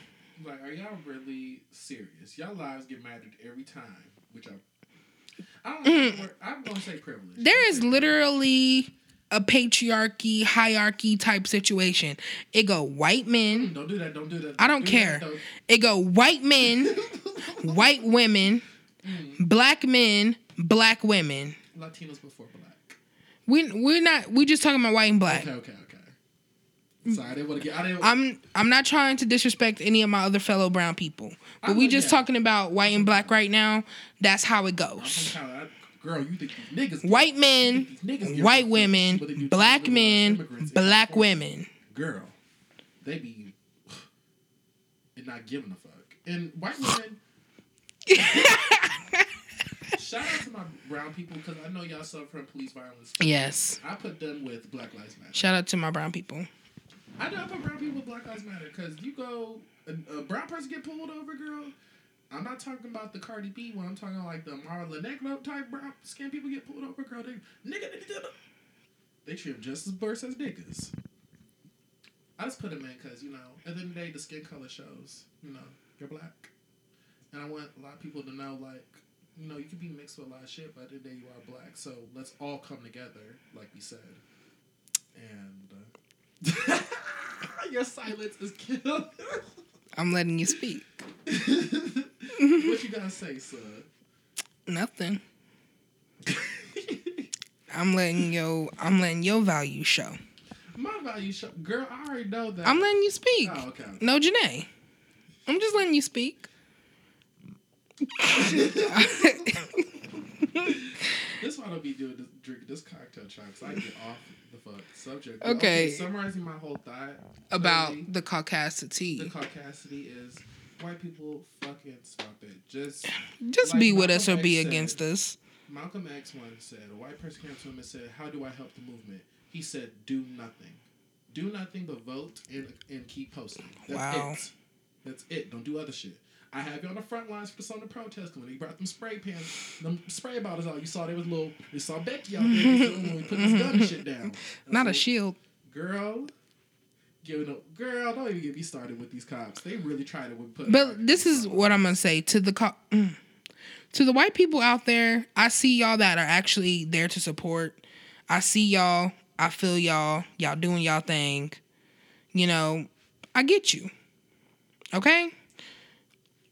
Speaker 1: Like, are y'all really serious? Y'all lives get mattered every time,
Speaker 2: Mm.
Speaker 1: which I. I don't. Like the word- I'm gonna say privilege.
Speaker 2: There is literally a patriarchy hierarchy type situation. It go white men.
Speaker 1: Don't do that. Don't do that.
Speaker 2: I don't
Speaker 1: do
Speaker 2: care.
Speaker 1: That, though.
Speaker 2: It go white men, white women,
Speaker 1: Hmm.
Speaker 2: black men, black women.
Speaker 1: Latinos before black.
Speaker 2: We we're not we just talking about white and black.
Speaker 1: Okay, okay, okay. Sorry, I didn't want to get. I didn't.
Speaker 2: I'm I'm not trying to disrespect any of my other fellow brown people, but
Speaker 1: I'm
Speaker 2: we
Speaker 1: with
Speaker 2: just
Speaker 1: that.
Speaker 2: talking about white and black right now. That's how it
Speaker 1: I'm
Speaker 2: goes.
Speaker 1: from Cali. I- Girl, you think these niggas? get-
Speaker 2: White men,
Speaker 1: These niggas get
Speaker 2: white
Speaker 1: racist, but they do
Speaker 2: women,
Speaker 1: to
Speaker 2: black
Speaker 1: liberalized
Speaker 2: men,
Speaker 1: immigrants.
Speaker 2: black women.
Speaker 1: Girl, they be and not giving a fuck. And white women. Shout out to my brown people because I know y'all suffer from police violence.
Speaker 2: Yes.
Speaker 1: I put them with Black Lives Matter.
Speaker 2: Shout out to my brown people.
Speaker 1: I know I put brown people with Black Lives Matter because you go a, a brown person get pulled over, girl. I'm not talking about the Cardi B one. I'm talking like the Marla Negro type brown skin people get pulled over, girl. They nigga, nigga, nigga. They treat 'em just as worse as niggas. I just put them in because you know at the end of the day the skin color shows. You know you're black, and I want a lot of people to know like. You know, you can be mixed with a lot of shit, but at the end of the day, you are black. So let's all come together, like we said. And uh, Your silence is killed.
Speaker 2: I'm letting you speak.
Speaker 1: what you gotta say, son?
Speaker 2: Nothing. I'm letting yo I'm letting your value show.
Speaker 1: My value show, girl. I already know that.
Speaker 2: I'm letting you speak.
Speaker 1: Oh, okay.
Speaker 2: No Janae. I'm just letting you speak.
Speaker 1: This is why I don't be doing this, drinking this cocktail shot because I get off the fuck subject.
Speaker 2: Okay.
Speaker 1: Summarizing my whole thought Lady,
Speaker 2: About the
Speaker 1: the
Speaker 2: caucasity.
Speaker 1: caucasity is white people fucking stop it. Just
Speaker 2: Just
Speaker 1: like
Speaker 2: be with us or
Speaker 1: Malcolm
Speaker 2: be
Speaker 1: X said.
Speaker 2: against us.
Speaker 1: Malcolm X once said, a white person came to him and said, "How do I help the movement?" He said, "Do nothing. Do nothing but vote and and keep posting. That's
Speaker 2: Wow.
Speaker 1: it. That's it. Don't do other shit." I have you on the front lines for the summer protest 'cause when they brought them spray pans, them spray bottles out. You saw there was little. You saw Becky out there when we put this gun and shit down. I
Speaker 2: Not a
Speaker 1: said,
Speaker 2: shield.
Speaker 1: girl. Giving up, girl. Don't even get me started with these cops. They really tried to put.
Speaker 2: But this is what I'm gonna say to the co- mm. to the white people out there. I see y'all that are actually there to support. I see y'all. I feel y'all. Y'all doing y'all thing. You know, I get you. Okay.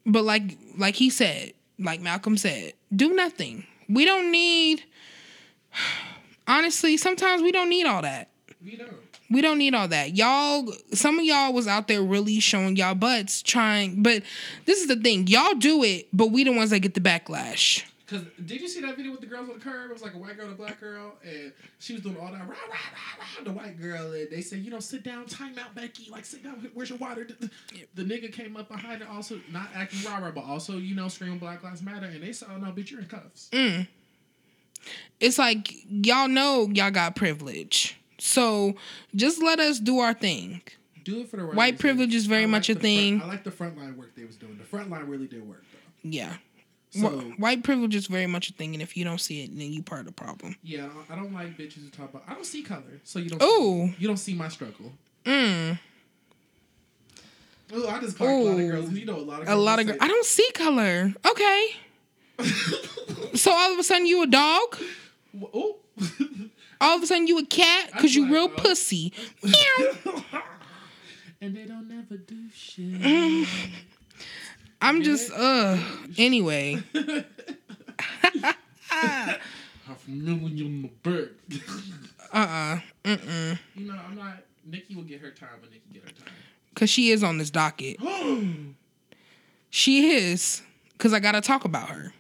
Speaker 2: But like like he said, like Malcolm said, do nothing. We don't need. Honestly, sometimes we don't need all that.
Speaker 1: we don't.
Speaker 2: We don't need all that. Y'all, some of y'all was out there really showing y'all butts, trying. But this is the thing, y'all do it, but we the ones that get the backlash.
Speaker 1: Cause did you see that video with the girls on the curb? It was like a white girl and a black girl, and she was doing all that rah rah rah rah. The white girl and they said, you know, sit down, time out, Becky. Like sit down, where's your water? The nigga came up behind her, also not acting rah rah, but also you know screaming Black Lives Matter, and they said, oh no, bitch, you're in cuffs.
Speaker 2: Mm. It's like y'all know y'all got privilege, so just let us do our thing.
Speaker 1: Do it for the right.
Speaker 2: White
Speaker 1: reasons.
Speaker 2: privilege is very
Speaker 1: I
Speaker 2: much a
Speaker 1: the front-
Speaker 2: thing.
Speaker 1: I like the front line work they was doing. The front line really did work though.
Speaker 2: Yeah,
Speaker 1: So
Speaker 2: Wh- white privilege is very much a thing, and if you don't see it, then you part of the problem.
Speaker 1: yeah, I don't- I don't like bitches who talk about. I don't see color, so you don't.
Speaker 2: Ooh.
Speaker 1: see, you don't see my struggle.
Speaker 2: Mm.
Speaker 1: Ooh, I just clocked a lot of
Speaker 2: Ooh.
Speaker 1: girls. You know, a lot
Speaker 2: A
Speaker 1: of girls
Speaker 2: lot
Speaker 1: will
Speaker 2: of girls.
Speaker 1: say-
Speaker 2: I don't see color. Okay, so all of a sudden you a dog.
Speaker 1: Oh.
Speaker 2: All of a sudden you a cat because you real pussy. Meow.
Speaker 1: and they don't never do shit.
Speaker 2: I'm just uh anyway.
Speaker 1: Half a million bird.
Speaker 2: Uh uh-uh, uh. mm
Speaker 1: you know, I'm not. Nikki will get her time when Nikki get her time.
Speaker 2: Cause she is on this docket. She is. Cause I gotta talk about her.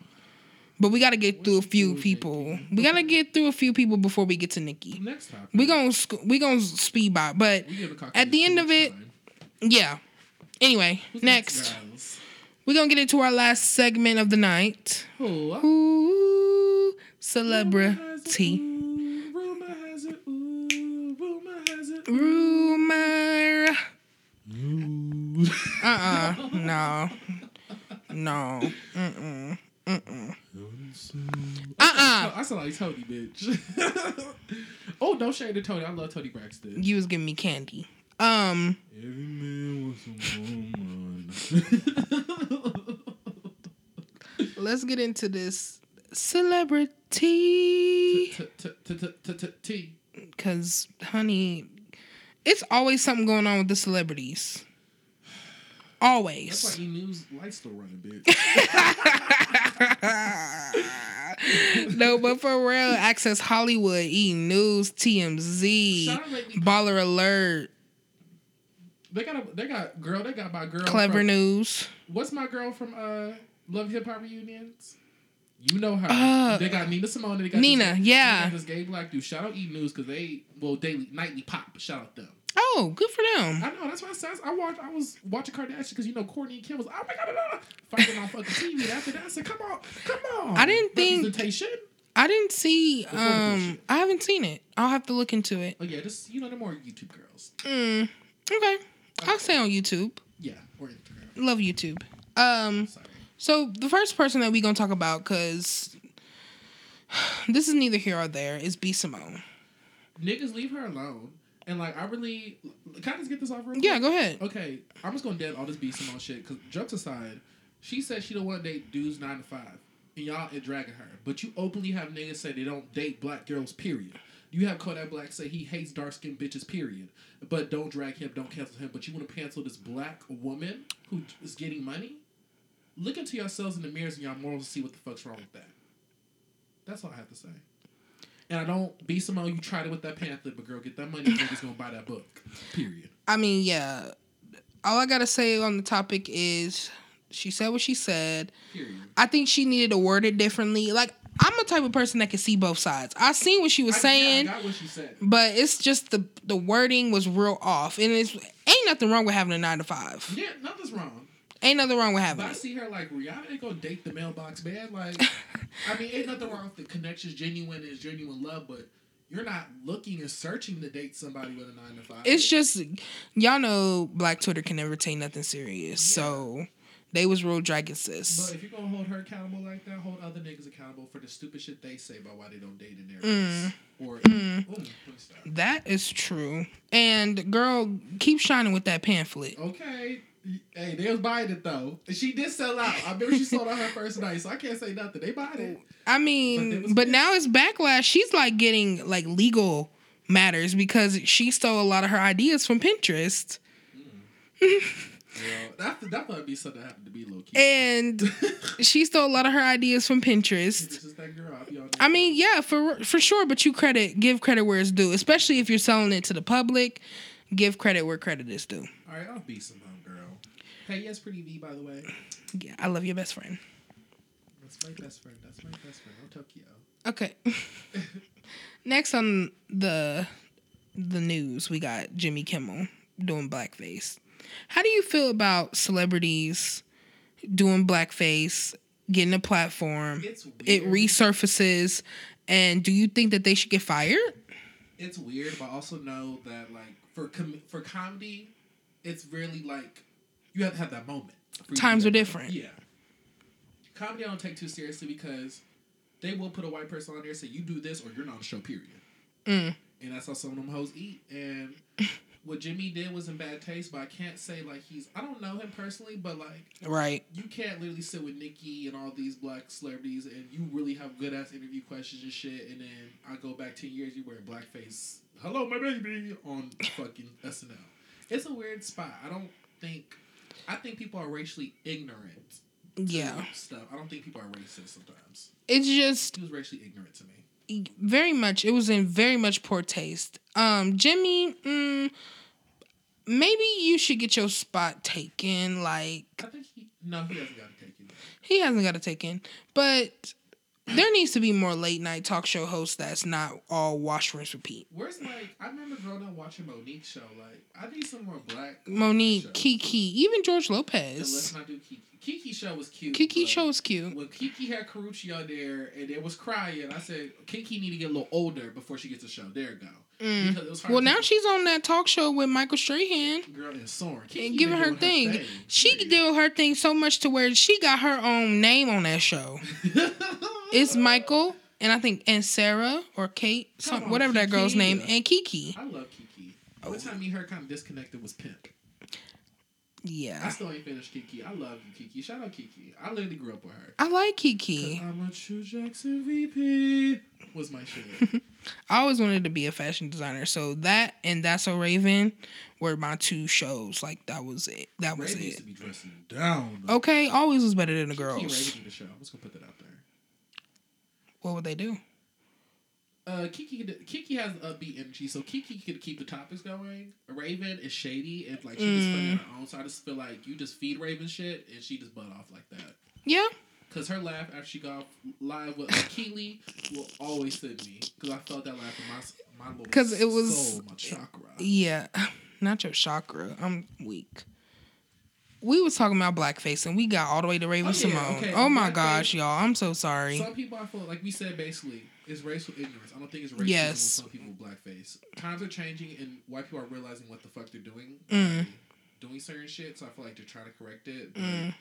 Speaker 2: But we gotta get through a few people. We gotta get through a few people before we get to Nikki.
Speaker 1: Next topic.
Speaker 2: We gon' sc- we gon' speed by. But
Speaker 1: We give a cocktail
Speaker 2: at the end of it,
Speaker 1: time.
Speaker 2: yeah. Anyway,
Speaker 1: Who's
Speaker 2: next
Speaker 1: guys?
Speaker 2: we gonna get into our last segment of the night.
Speaker 1: Oh, I-
Speaker 2: Ooh,
Speaker 1: Rumor has it,
Speaker 2: celebrity.
Speaker 1: ooh, rumor has it, ooh, rumor has it,
Speaker 2: Rumor.
Speaker 1: ooh.
Speaker 2: Uh uh No. No. Mm-mm. Mm-mm. Uh uh
Speaker 1: I sound like Tony, bitch. oh, no shade to Tony. I love Tony Braxton.
Speaker 2: You was giving me candy. Um.
Speaker 1: Every man wants a woman.
Speaker 2: Let's get into this celebrity.
Speaker 1: T- t- t- t- t- t- T.
Speaker 2: Cause honey, it's always something going on with the celebrities. Always.
Speaker 1: That's why E News lights still running, bitch.
Speaker 2: no, but for real, access Hollywood, E News, TMZ,
Speaker 1: Shout out Lady-
Speaker 2: Baller Alert,
Speaker 1: they got a, they got girl. They got my girl.
Speaker 2: Clever
Speaker 1: From,
Speaker 2: News.
Speaker 1: what's my girl from uh Love Hip Hop reunions? You know her.
Speaker 2: Uh,
Speaker 1: they got Nina Simone. and They got
Speaker 2: Nina,
Speaker 1: This,
Speaker 2: yeah.
Speaker 1: They got this gay black dude. Shout out E News because they well daily nightly pop. Shout out them.
Speaker 2: Oh, good for them.
Speaker 1: I know that's why I said I watched. I was watching Kardashian because you know Courtney and Kim was oh my god, blah, blah, fighting on fucking TV. And after that, I said, come on, come on.
Speaker 2: I didn't think-
Speaker 1: representation.
Speaker 2: I didn't see.
Speaker 1: Before the
Speaker 2: Um,
Speaker 1: bullshit.
Speaker 2: I haven't seen it. I'll have to look into it.
Speaker 1: Oh yeah, just you know the more YouTube girls.
Speaker 2: Mm, okay, I'll say on YouTube.
Speaker 1: Yeah, or Instagram.
Speaker 2: Love YouTube. Um,
Speaker 1: Sorry.
Speaker 2: so the first person that we gonna talk about, cause this is neither here or there, is B Simone.
Speaker 1: Niggas leave her alone. And like I really can I just get this off real quick?
Speaker 2: Yeah, go ahead.
Speaker 1: Okay, I'm just gonna dead all this B Simone shit because jokes aside, she said she don't want to date dudes nine to five, and y'all are dragging her. But you openly have niggas say they don't date black girls. Period. You have Kodak Black say he hates dark skinned bitches. Period. But don't drag him. Don't cancel him. But you want to cancel this black woman who is getting money? Look into yourselves in the mirrors and y'all morals and see what the fuck's wrong with that. That's all I have to say. And I don't B Simone. You tried it with that pamphlet, but girl, get that money. Niggas gonna buy that book. Period.
Speaker 2: I mean, yeah. All I gotta say on the topic is she said what she said.
Speaker 1: Period.
Speaker 2: I think she needed to word it differently. Like I'm a type of person that can see both sides. I seen what she was
Speaker 1: I-
Speaker 2: saying,
Speaker 1: Yeah, I got what she said.
Speaker 2: but it's just the the wording was real off, and it's ain't nothing wrong with having a nine to five.
Speaker 1: Yeah, nothing's wrong.
Speaker 2: Ain't nothing wrong with
Speaker 1: But
Speaker 2: having
Speaker 1: I
Speaker 2: it.
Speaker 1: see her like Rihanna ain't gonna date the mailbox man. Like, I mean, ain't nothing wrong with the connections. Genuine is genuine love, but you're not looking and searching to date somebody with a nine to five.
Speaker 2: It's just y'all know Black Twitter can never take nothing serious, so they was real dragon sis.
Speaker 1: But if you're gonna hold her accountable like that, hold other niggas accountable for the stupid shit they say about why they don't date in their
Speaker 2: Mm.
Speaker 1: race. Or Ooh, let me stop.
Speaker 2: That is true. And girl, keep shining with that pamphlet.
Speaker 1: Okay. Hey, they was buying it though. And She did sell out. I remember she sold out her first night, so I can't say nothing. They bought it.
Speaker 2: I
Speaker 1: But there
Speaker 2: mean,
Speaker 1: was-
Speaker 2: but, now it's backlash. She's like getting like legal matters because she stole a lot of her ideas from Pinterest.
Speaker 1: Well, that that might be something that happened to be low key.
Speaker 2: And she stole a lot of her ideas from Pinterest.
Speaker 1: This is that girl. I'll be honest.
Speaker 2: I mean, yeah, for for sure, but you credit give credit where it's due, especially if you're selling it to the public. Give credit where credit is due.
Speaker 1: All right, I'll be some home girl. Hey, yes, pretty V, by the way.
Speaker 2: Yeah, I love your best friend.
Speaker 1: That's my best friend. That's my best friend. I'm Tokyo.
Speaker 2: Okay. Next on the the news, we got Jimmy Kimmel doing blackface. How do you feel about celebrities doing blackface, getting a platform?
Speaker 1: It's weird.
Speaker 2: It resurfaces, and do you think that they should get fired?
Speaker 1: it's weird, but I also know that like for com- for comedy, it's really like you have to have that moment. for you to
Speaker 2: Times
Speaker 1: do
Speaker 2: are
Speaker 1: that.
Speaker 2: different.
Speaker 1: Yeah. Comedy I don't take too seriously because they will put a white person on there and say you do this or you're not on the show. Period.
Speaker 2: Mm.
Speaker 1: And that's how some of them hoes eat. And what Jimmy did was in bad taste, but I can't say like he's. I don't know him personally, but like.
Speaker 2: Right.
Speaker 1: you can't literally sit with Nikki and all these black celebrities and you really have good ass interview questions and shit. And then I go back 10 years, you wearing blackface, hello, my baby, on fucking SNL. It's a weird spot. I don't think, I think people are racially ignorant. to
Speaker 2: Yeah.
Speaker 1: Stuff. I don't think people are racist sometimes.
Speaker 2: It's just
Speaker 1: He was racially ignorant to me.
Speaker 2: very much it was in very much poor taste um jimmy mm, maybe you should get your spot taken like
Speaker 1: I think he, no, he hasn't got to take it.
Speaker 2: he hasn't got to take in but there needs to be more late night talk show hosts that's not all wash rinse repeat
Speaker 1: Where's like, I remember growing up watching Monique's show. Like, I need some more black.
Speaker 2: monique
Speaker 1: shows.
Speaker 2: kiki even george
Speaker 1: And Let's
Speaker 2: lopez
Speaker 1: not do Kiki. Kiki show was cute.
Speaker 2: kiki
Speaker 1: but-
Speaker 2: show is cute
Speaker 1: when Kiki had Karuchi on there and it was crying, I said Kiki need to get a little older before she gets a show. There it go.
Speaker 2: Mm.
Speaker 1: Because it was hard
Speaker 2: well
Speaker 1: to-
Speaker 2: now she's on that talk show with michael strahan
Speaker 1: girl and soaring Kiki
Speaker 2: and giving
Speaker 1: been
Speaker 2: her
Speaker 1: doing
Speaker 2: thing she
Speaker 1: Period.
Speaker 2: did her thing so much to where she got her own name on that show It's Michael and I think and Sarah or Kate,
Speaker 1: Uh, Come
Speaker 2: some,
Speaker 1: on,
Speaker 2: whatever that girl's
Speaker 1: Kiki.
Speaker 2: name, and Kiki.
Speaker 1: I love Kiki. One time me her kind of disconnected was Pimp. I
Speaker 2: Yeah,
Speaker 1: still ain't finished Kiki. I love you, Kiki. Shout out Kiki. I literally grew up with her.
Speaker 2: I like
Speaker 1: 'Cause
Speaker 2: Kiki.
Speaker 1: I'm a true Jackson VP was my shit.
Speaker 2: I always wanted to be a fashion designer. So that and That's So Raven were my two shows. Like that was it. That was
Speaker 1: Raven used
Speaker 2: it.
Speaker 1: to be dressing down. though.
Speaker 2: Okay, always was better than the
Speaker 1: She and
Speaker 2: girls.
Speaker 1: Raven did the show. I'm just gonna put that out there.
Speaker 2: What would they do?
Speaker 1: Uh, Kiki Kiki has upbeat energy, so Kiki could keep the topics going. Raven is shady and like she just funny on her own. So I just feel like you just feed Raven shit and she just butt off like that.
Speaker 2: Yeah.
Speaker 1: Cause her laugh after she got off live with Keely will always send me. Cause I felt that laugh in my s- my little
Speaker 2: 'Cause it was-
Speaker 1: soul, my chakra.
Speaker 2: Yeah. Not your chakra. I'm weak. We was talking about blackface and we got all the way to Raven
Speaker 1: Oh, yeah,
Speaker 2: Simone.
Speaker 1: okay,
Speaker 2: Oh my
Speaker 1: blackface-
Speaker 2: gosh, y'all. I'm so sorry.
Speaker 1: Some people I feel like we said basically is racial ignorance. I don't think it's racism
Speaker 2: Yes.
Speaker 1: when some people blackface. Times are changing and white people are realizing what the fuck they're doing.
Speaker 2: Mm.
Speaker 1: like, Doing certain shit, so I feel like they're trying to correct it. but
Speaker 2: Mm.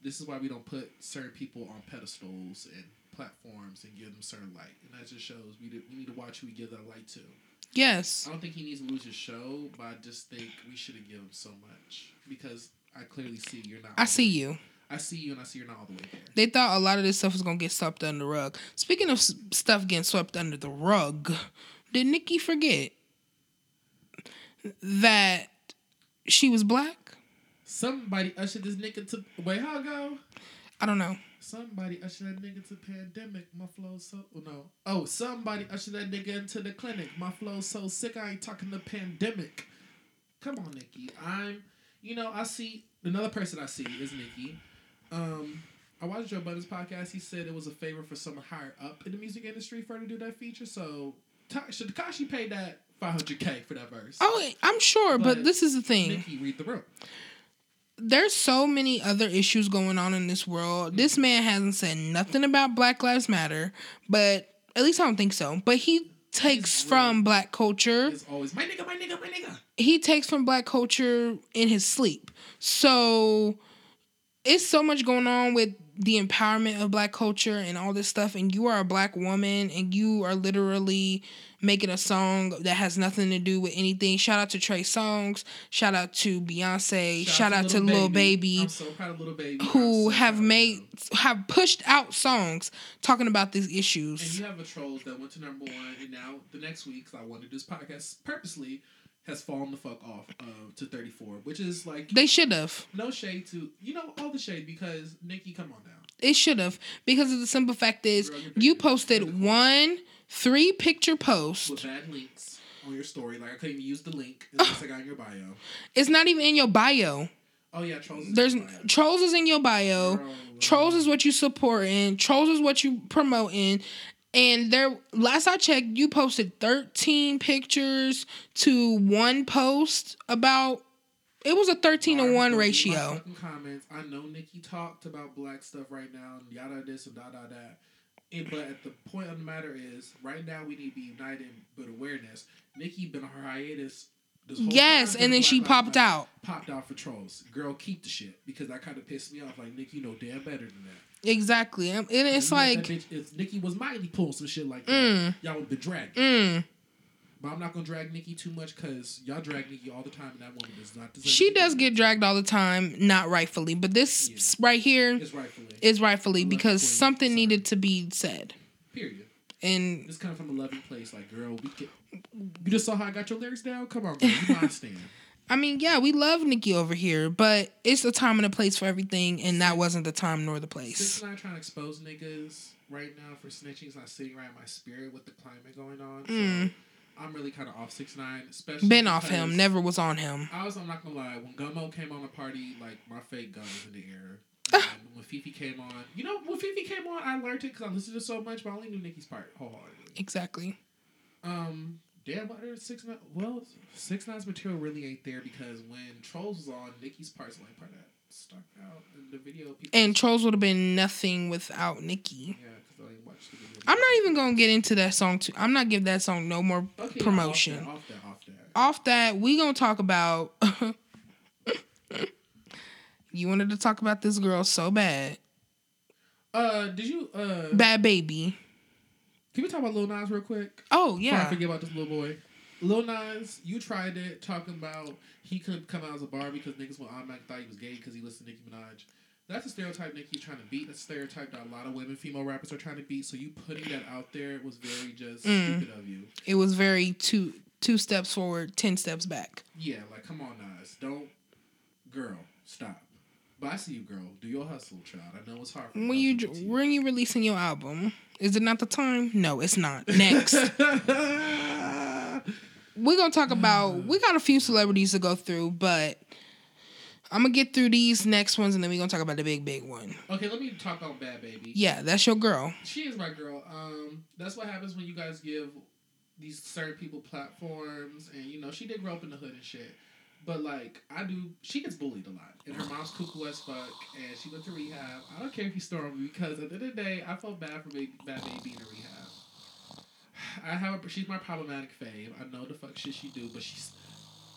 Speaker 1: This is why we don't put certain people on pedestals and platforms and give them certain light. And that just shows we, do, we need to watch who we give that light to.
Speaker 2: Yes.
Speaker 1: I don't think he needs to lose his show, but I just think we should have given him so much because I clearly see you're not.
Speaker 2: I
Speaker 1: all the
Speaker 2: see
Speaker 1: way-
Speaker 2: you.
Speaker 1: I see you, and I see you're not all the way there.
Speaker 2: They thought a lot of this stuff was gonna get swept under the rug. Speaking of s- stuff getting swept under the rug, did Nikki forget that she was black?
Speaker 1: Somebody ushered this nigga to wait. How it go?
Speaker 2: I don't know.
Speaker 1: Somebody ushered that nigga to pandemic. My flow so oh, no. Oh, somebody ushered that nigga into the clinic. My flow so sick. I ain't talking the pandemic. Come on, Nikki. I'm. You know, I see another person I see is Nikki. Um, I watched Joe Budden's podcast. He said it was a favor for someone higher up in the music industry for her to do that feature. So, Ta- should Takashi paid that 500k for that verse?
Speaker 2: Oh, I'm sure, but,
Speaker 1: But
Speaker 2: this is the thing.
Speaker 1: Nikki, read the room.
Speaker 2: There's so many other issues going on in this world. This man hasn't said nothing about Black Lives Matter, but at least I don't think so. But he takes
Speaker 1: real.
Speaker 2: from black culture.
Speaker 1: It's always my nigga, my nigga, my nigga.
Speaker 2: he takes from black culture in his sleep. So it's so much going on with the empowerment of black culture and all this stuff and you are a black woman and you are literally making a song that has nothing to do with anything. Shout out to Trey Songs, shout out to Beyonce, shout, out to Lil Baby
Speaker 1: I'm so proud of Lil Baby.
Speaker 2: who
Speaker 1: I'm so proud
Speaker 2: have
Speaker 1: of
Speaker 2: made
Speaker 1: him.
Speaker 2: have pushed out songs talking about these issues.
Speaker 1: And you have a trolls that went to number one, and now the next week, 'cause I wanted this podcast purposely, has fallen the fuck off uh, to 34, which is like
Speaker 2: they should have.
Speaker 1: no shade to you know all the shade because Nikki, come on now,
Speaker 2: It should have because of the simple fact is
Speaker 1: Girl, your
Speaker 2: you
Speaker 1: picture is
Speaker 2: posted
Speaker 1: beautiful.
Speaker 2: one three picture
Speaker 1: with
Speaker 2: post.
Speaker 1: bad links on your story. Like I couldn't even use the link. It's just like on your bio.
Speaker 2: It's not even in your bio.
Speaker 1: Oh yeah, trolls. is
Speaker 2: There's
Speaker 1: in your bio.
Speaker 2: trolls is in your bio.
Speaker 1: Girl,
Speaker 2: Trolls is what you supporting. Trolls is what you promoting. And there, last I checked, you posted 13 pictures to one post about. It was a 13 to
Speaker 1: Sorry,
Speaker 2: 1
Speaker 1: don't read my
Speaker 2: ratio.
Speaker 1: fucking Comments. I know Nikki talked about black stuff right now and yada this and da da da. It, but at the point of the matter is, right now we need to be united with awareness. Nikki been on her hiatus. This whole
Speaker 2: Yes,
Speaker 1: time
Speaker 2: and then
Speaker 1: Black
Speaker 2: she
Speaker 1: Lives
Speaker 2: popped
Speaker 1: Matter
Speaker 2: out.
Speaker 1: Popped out for trolls. Girl, keep the shit because that kind of pissed me off. Like Nikki, you know damn better than that.
Speaker 2: Exactly. And and it's
Speaker 1: You let
Speaker 2: like,
Speaker 1: that bitch, if Nikki was mighty pulling some shit like that, y'all would be dragging.
Speaker 2: mm,
Speaker 1: But I'm not gonna drag Nikki too much because y'all drag Nikki all the time, and that woman does not deserve. to
Speaker 2: she
Speaker 1: be
Speaker 2: does
Speaker 1: dragged.
Speaker 2: get dragged all the time, not rightfully. But this
Speaker 1: Yeah.
Speaker 2: right here
Speaker 1: It's rightfully.
Speaker 2: is rightfully
Speaker 1: Left
Speaker 2: because
Speaker 1: queen,
Speaker 2: something
Speaker 1: sorry.
Speaker 2: needed to be said.
Speaker 1: period.
Speaker 2: And
Speaker 1: It's kind of from a loving place. Like, girl, we can. You just saw how I got your lyrics down. Come on, girl, you know I stand.
Speaker 2: I mean, yeah, we love Nikki over here, but it's a time and a place for everything, and that wasn't the time nor the
Speaker 1: Since
Speaker 2: place.
Speaker 1: I'm not trying to expose niggas right now for snitching, it's not sitting right in my spirit with the climate going on.
Speaker 2: Mm.
Speaker 1: So I'm really kind of off six nine, especially
Speaker 2: Been off
Speaker 1: because
Speaker 2: him, never was on him.
Speaker 1: I was. I'm not gonna lie. When Gummo came on the party, like my fake gun was in the air. And when Fifi came on, you know, when Fifi came on, I learned it because I listened to so much, but I only knew Nikki's part wholeheartedly.
Speaker 2: Exactly.
Speaker 1: Um, damn, what are six nine? Well, six nine's material really ain't there because when Trolls was on, Nikki's part's the only part that stuck out in the video. People
Speaker 2: And trolls would have been nothing without Nikki.
Speaker 1: yeah, because I didn't watch the video.
Speaker 2: I'm not even gonna get into that song too. I'm not giving that song no more
Speaker 1: Okay,
Speaker 2: promotion.
Speaker 1: Off that, off that, off
Speaker 2: off that, we gonna talk about. you wanted to talk about this girl so bad,
Speaker 1: that. Uh, did you uh?
Speaker 2: bad baby.
Speaker 1: Can we talk about Lil Nas real quick?
Speaker 2: Oh
Speaker 1: Before I
Speaker 2: yeah,
Speaker 1: forget about this little boy. Lil Nas, you tried it talking about he couldn't come out as a Barbie because niggas went automatic thought he was gay because he listened to Nicki Minaj. That's a stereotype Nikki's trying to beat. That's a stereotype that a lot of women, female rappers, are trying to beat. So you putting that out there was very just
Speaker 2: Mm.
Speaker 1: stupid of you.
Speaker 2: It was very two two steps forward, ten steps back.
Speaker 1: Yeah, like come on, Nas, don't, girl, stop. But I see you, girl. Do your hustle, child. I know it's hard. For
Speaker 2: When you
Speaker 1: LGBT.
Speaker 2: when you releasing your album, is it not the time? No, it's not. Next, we're gonna talk about. We got a few celebrities to go through, but I'm gonna get through these next ones, and then we're gonna talk about the big big one.
Speaker 1: okay, let me talk on Bad Baby.
Speaker 2: Yeah, that's your girl.
Speaker 1: She is my girl. Um, that's what happens when you guys give these certain people platforms, and you know she did grow up in the hood and shit. But like I do, she gets bullied a lot, and her mom's cuckoo as fuck, and she went to rehab. I don't care if you storm me because at the end of the day, I felt bad for big bad baby being in rehab. I have a, she's my problematic fave. I know the fuck shit she do, but she's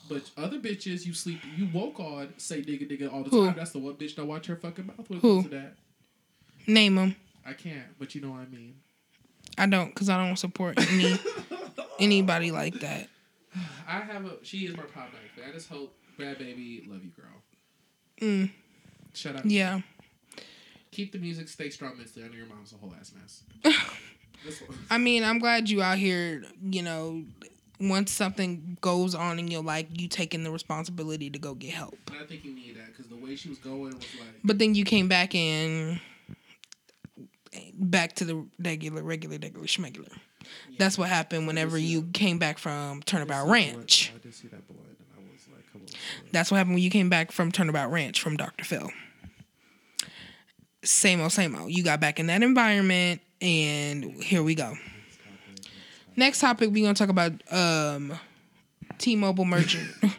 Speaker 1: but other bitches you sleep you woke on say nigga nigga all the
Speaker 2: Who?
Speaker 1: time. That's the one bitch that watch her fucking mouth when it
Speaker 2: Who?
Speaker 1: comes to that.
Speaker 2: Name them.
Speaker 1: I can't, but you know what I mean.
Speaker 2: I don't, cause I don't support any anybody like that.
Speaker 1: I have a. She is my prop life. I just hope Brad Baby love you, girl.
Speaker 2: Mm,
Speaker 1: Shut up.
Speaker 2: yeah.
Speaker 1: Keep the music. Stay strong mentally. I know your mom's a whole ass mess. This one.
Speaker 2: I mean, I'm glad you out here, you know, once something goes on in your life, you taking the responsibility to go get help.
Speaker 1: And I think you need that because the way she was going was like.
Speaker 2: But then you came back in back to the regular, regular, regular schmegular.
Speaker 1: yeah.
Speaker 2: That's what happened whenever you came back from Turnabout Ranch.
Speaker 1: I did see that blood, and I was like, "Come on."
Speaker 2: That's what happened when you came back from Turnabout Ranch from Dr. Phil. Same old, same old. You got back in that environment, and here we go. Next topic, we're gonna talk about um, T-Mobile merger.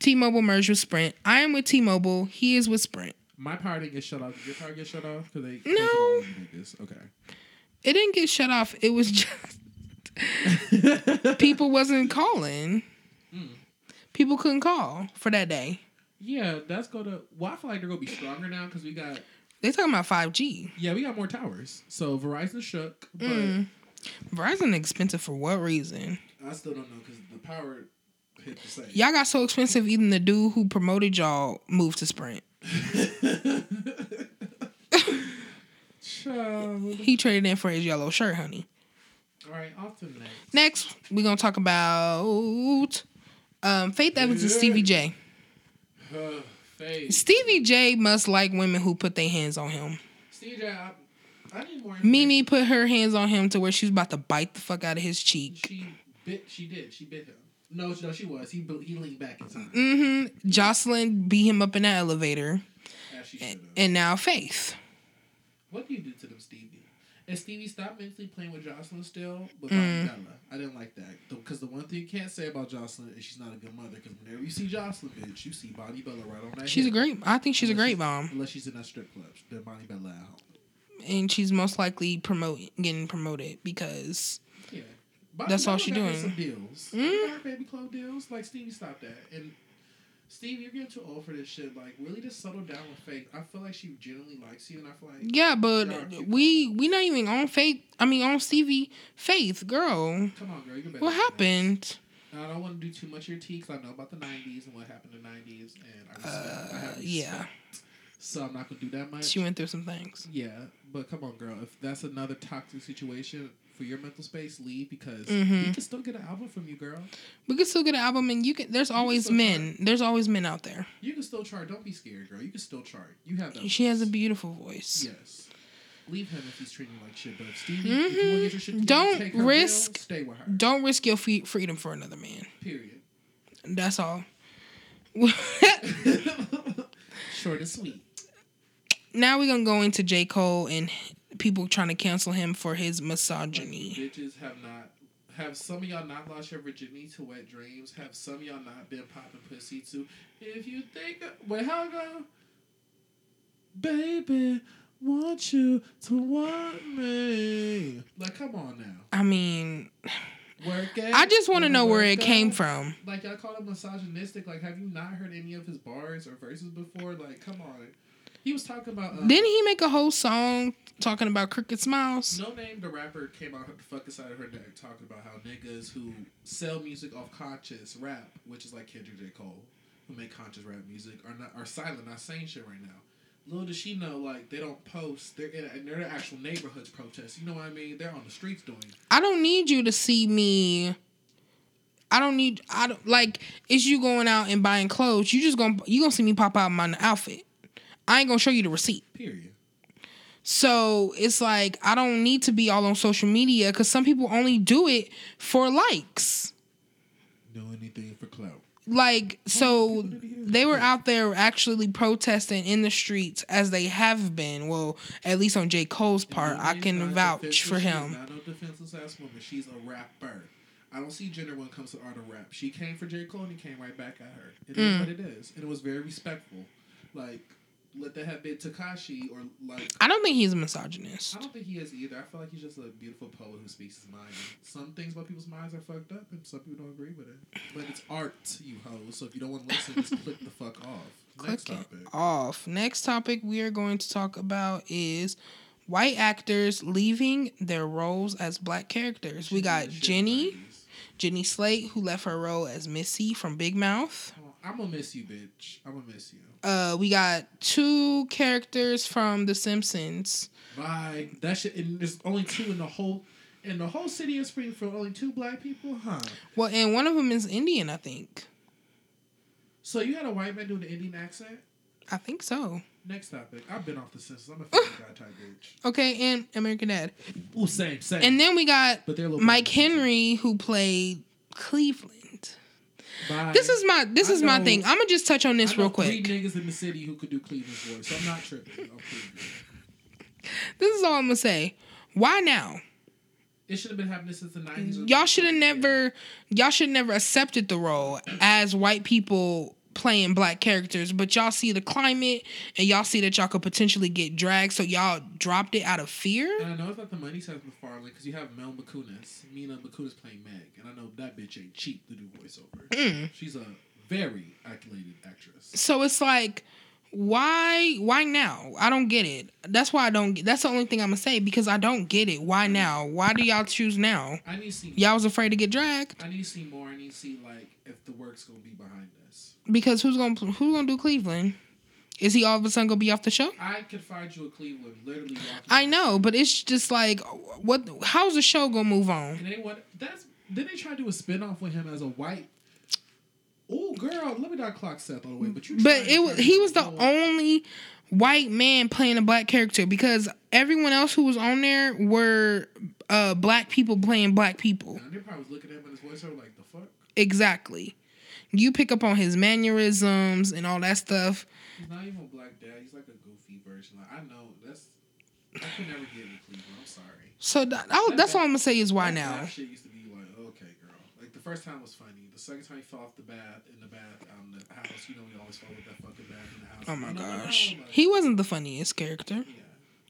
Speaker 2: T-Mobile merge with Sprint. I am with T-Mobile. He is with Sprint.
Speaker 1: My power didn't get shut off. Did your power get shut off? Because they
Speaker 2: No.
Speaker 1: those are all niggas.
Speaker 2: It didn't get shut off. It was just
Speaker 1: Okay.
Speaker 2: people wasn't calling.
Speaker 1: Mm.
Speaker 2: People couldn't call for that day.
Speaker 1: yeah, that's gonna. Well, I feel like they're gonna be stronger now because we got.
Speaker 2: They talking about five G.
Speaker 1: Yeah, we got more towers. So Verizon shook, but
Speaker 2: Mm. Verizon expensive for what reason?
Speaker 1: I still don't know because the power hit the same.
Speaker 2: Y'all got so expensive. Even the dude who promoted y'all moved to Sprint.
Speaker 1: Child.
Speaker 2: He traded in for his yellow shirt, honey.
Speaker 1: All right, off to the next.
Speaker 2: Next, we're gonna talk about um, Faith Evans and Stevie J.
Speaker 1: Uh, Faith.
Speaker 2: Stevie J must like women who put their hands on him.
Speaker 1: CJ, I, I need more. information.
Speaker 2: Mimi put her hands on him to where she was about to bite the fuck out of his cheek.
Speaker 1: She bit. She did. She bit him. No, no, she was. He bu- he leaned back in time.
Speaker 2: hmm Jocelyn beat him up in that elevator.
Speaker 1: As she
Speaker 2: And,
Speaker 1: should have.
Speaker 2: and now Faith.
Speaker 1: What do you do to them, Stevie? And Stevie, stop mentally playing with Jocelyn still, but mm. I didn't like that because the one thing you can't say about Jocelyn is she's not a good mother. Because whenever you see Jocelyn, bitch, you see Bonnie Bella right on that.
Speaker 2: She's a
Speaker 1: hip.
Speaker 2: great I think she's a great mom.
Speaker 1: Unless she's in that strip club, then Bonnie Bella at home.
Speaker 2: And she's most likely promote getting promoted because
Speaker 1: Yeah. Bobby
Speaker 2: That's all
Speaker 1: Bella
Speaker 2: she
Speaker 1: got her
Speaker 2: doing.
Speaker 1: Some deals,
Speaker 2: Mm.
Speaker 1: Got her baby clothes deals. Like Stevie, stop that. And Steve, you're getting too old for this shit. Like, really, just settle down with Faith. I feel like she genuinely likes you, and I feel like
Speaker 2: yeah, but we we not even on Faith I mean on Stevie Faith, girl.
Speaker 1: come on, girl, you better.
Speaker 2: What happened?
Speaker 1: Now, I don't want to do too much of your tea because I know about the '90s and what happened in the '90s, and I, respect, I
Speaker 2: Uh,
Speaker 1: have respect.
Speaker 2: yeah.
Speaker 1: So I'm not gonna do that much.
Speaker 2: She went through some things.
Speaker 1: yeah, but come on, girl. If that's another toxic situation for your mental space, leave because
Speaker 2: Mhm.
Speaker 1: we can still get an album from you, girl.
Speaker 2: We can still get an album and you can there's always
Speaker 1: still
Speaker 2: men. There's always men out there.
Speaker 1: You can still chart. Don't be scared, girl. You can still chart. You have that.
Speaker 2: She has a beautiful voice.
Speaker 1: Yes. Leave him if he's treating you like shit. But if Stevie, if you want to get your shit together,
Speaker 2: Mm-hmm. Don't
Speaker 1: take her
Speaker 2: risk-
Speaker 1: Deal, stay with her.
Speaker 2: Don't risk your fe- freedom for another man.
Speaker 1: Period.
Speaker 2: That's all.
Speaker 1: Short and sweet.
Speaker 2: now we're gonna go into J. Cole and people trying to cancel him for his misogyny.
Speaker 1: Like, you bitches have not. Have some of y'all not lost your virginity to wet dreams? Have some of y'all not been popping pussy to? If you think, wait, how it go? Baby, want you to want me? Like, come on now.
Speaker 2: I mean,
Speaker 1: Work it.
Speaker 2: I just want to know where it
Speaker 1: work
Speaker 2: came
Speaker 1: out.
Speaker 2: from.
Speaker 1: Like y'all call him misogynistic. Like, have you not heard any of his bars or verses before? Like, come on. He was talking about. Um,
Speaker 2: Didn't he make a whole song talking about crooked smiles?
Speaker 1: No name. The rapper came out the fucking side of her neck talking about how niggas who sell music off conscious rap, which is like Kendrick J Cole, who make conscious rap music, are not are silent, not saying shit right now. Little does she know, like they don't post. They're in, and they're in actual neighborhoods protesting. You know what I mean? They're on the streets doing. it.
Speaker 2: I don't need you to see me. I don't need. I don't like. It's you going out and buying clothes. You just gonna you gonna see me pop out my outfit. I ain't gonna show you the receipt.
Speaker 1: Period.
Speaker 2: So it's like I don't need to be all on social media because some people only do it for likes.
Speaker 1: Do anything for clout.
Speaker 2: Like so, they were out there actually protesting in the streets as they have been. Well, at least on J Cole's part, I
Speaker 1: She's
Speaker 2: can
Speaker 1: not
Speaker 2: vouch
Speaker 1: defenseless.
Speaker 2: for
Speaker 1: She's
Speaker 2: him.
Speaker 1: not no defenseless ass woman. She's a rapper. I don't see gender when it comes to art of rap. She came for J. Cole and he came right back at her. It
Speaker 2: Mm.
Speaker 1: is what it is. And it was very respectful. Like, let that have been Takashi or like
Speaker 2: I don't think he's a misogynist.
Speaker 1: I don't think he is either. I feel like he's just a beautiful poet who speaks his mind. And Some things about people's minds are fucked up, and some people don't agree with it. But it's art, you hoes. So if you don't want to listen, just click the fuck off. Next
Speaker 2: Click it
Speaker 1: topic.
Speaker 2: off. Next topic we are going to talk about is white actors leaving their roles as black characters. We got Jenny, Jenny Slate, who left her role as Missy from Big Mouth.
Speaker 1: I'm gonna miss you, bitch. I'm gonna miss you.
Speaker 2: Uh, we got two characters from The Simpsons.
Speaker 1: Bye. That shit. And there's only two in the whole in the whole city of Springfield. Only two black people, huh?
Speaker 2: Well, and one of them is Indian, I think.
Speaker 1: So you had a white man doing an Indian accent.
Speaker 2: I think so.
Speaker 1: Next topic. I've been off the census. I'm a fucking guy type bitch.
Speaker 2: Okay, and American Dad.
Speaker 1: Ooh, same, same.
Speaker 2: And then we got
Speaker 1: but they're a little
Speaker 2: Mike
Speaker 1: bit confusing.
Speaker 2: Henry, who played Cleveland.
Speaker 1: Bye.
Speaker 2: This is my this
Speaker 1: I
Speaker 2: is my
Speaker 1: know-
Speaker 2: thing. I'm gonna just touch on
Speaker 1: I
Speaker 2: this
Speaker 1: know
Speaker 2: real quick.
Speaker 1: Three niggas in the city who could do Cleveland's voice. So I'm not tripping. I'm Cleveland.
Speaker 2: This is all I'm gonna say. Why now?
Speaker 1: It should have been happening since the 90s. or
Speaker 2: Mm, Y'all should have
Speaker 1: something.
Speaker 2: never y'all should have never accepted the role as white people playing black characters, but y'all see the climate and y'all see that y'all could potentially get dragged, so y'all dropped it out of fear.
Speaker 1: And I know it's not the money says McFarlane because you have Mel McCunis, Mina McCunis playing Meg, and I know that bitch ain't cheap to do voiceover.
Speaker 2: Mm.
Speaker 1: She's a very accoladed actress.
Speaker 2: So it's like why why now? I don't get it. That's why I don't get that's the only thing I'm gonna say because I don't get it. Why now? Why do y'all choose now?
Speaker 1: I need to see.
Speaker 2: Y'all was afraid to get dragged
Speaker 1: I need to see more. I need to see like if the work's gonna be behind this.
Speaker 2: because who's gonna who's gonna do Cleveland? Is he all of a sudden gonna be off the show?
Speaker 1: I could find you a Cleveland, literally. walking-
Speaker 2: I know, but it's just like, what? How's the show gonna move on?
Speaker 1: And they want that's then they try to do a spin off with him as a white. Oh girl, let me not clock Seth all the way, but you.
Speaker 2: But
Speaker 1: tried
Speaker 2: it was
Speaker 1: very
Speaker 2: he was the
Speaker 1: hard.
Speaker 2: only white man playing a black character because everyone else who was on there were uh, black people playing black people.
Speaker 1: And they probably was looking at him in his voiceover like the fuck.
Speaker 2: Exactly. You pick up on his mannerisms and all that stuff.
Speaker 1: He's not even a black dad. He's like a goofy version. Like I know that's. I could never get into Cleveland. I'm sorry.
Speaker 2: So that, I'll- that's all I'm gonna say is why
Speaker 1: That
Speaker 2: now.
Speaker 1: Rap shit used to be like, okay, girl. Like the first time was funny. The second time he fell off the bath in the bath um, the house. You know we always fall with that fucking bath in the house.
Speaker 2: Oh my
Speaker 1: You know, I
Speaker 2: gosh,
Speaker 1: know, like,
Speaker 2: he wasn't the funniest character.
Speaker 1: yeah.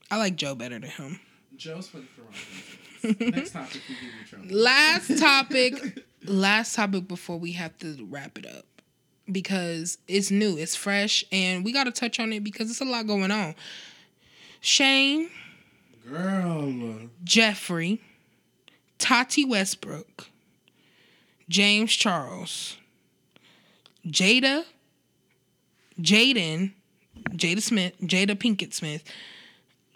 Speaker 2: I like Joe better than him.
Speaker 1: Joe's funny for wrong reasons. Next topic, we give you trouble.
Speaker 2: Last topic. Last topic before we have to wrap it up because it's new, it's fresh, and we got to touch on it because it's a lot going on. Shane,
Speaker 1: Girl.
Speaker 2: Jeffrey, Tati Westbrook, James Charles, Jada, Jaden, Jada Smith, Jada Pinkett Smith,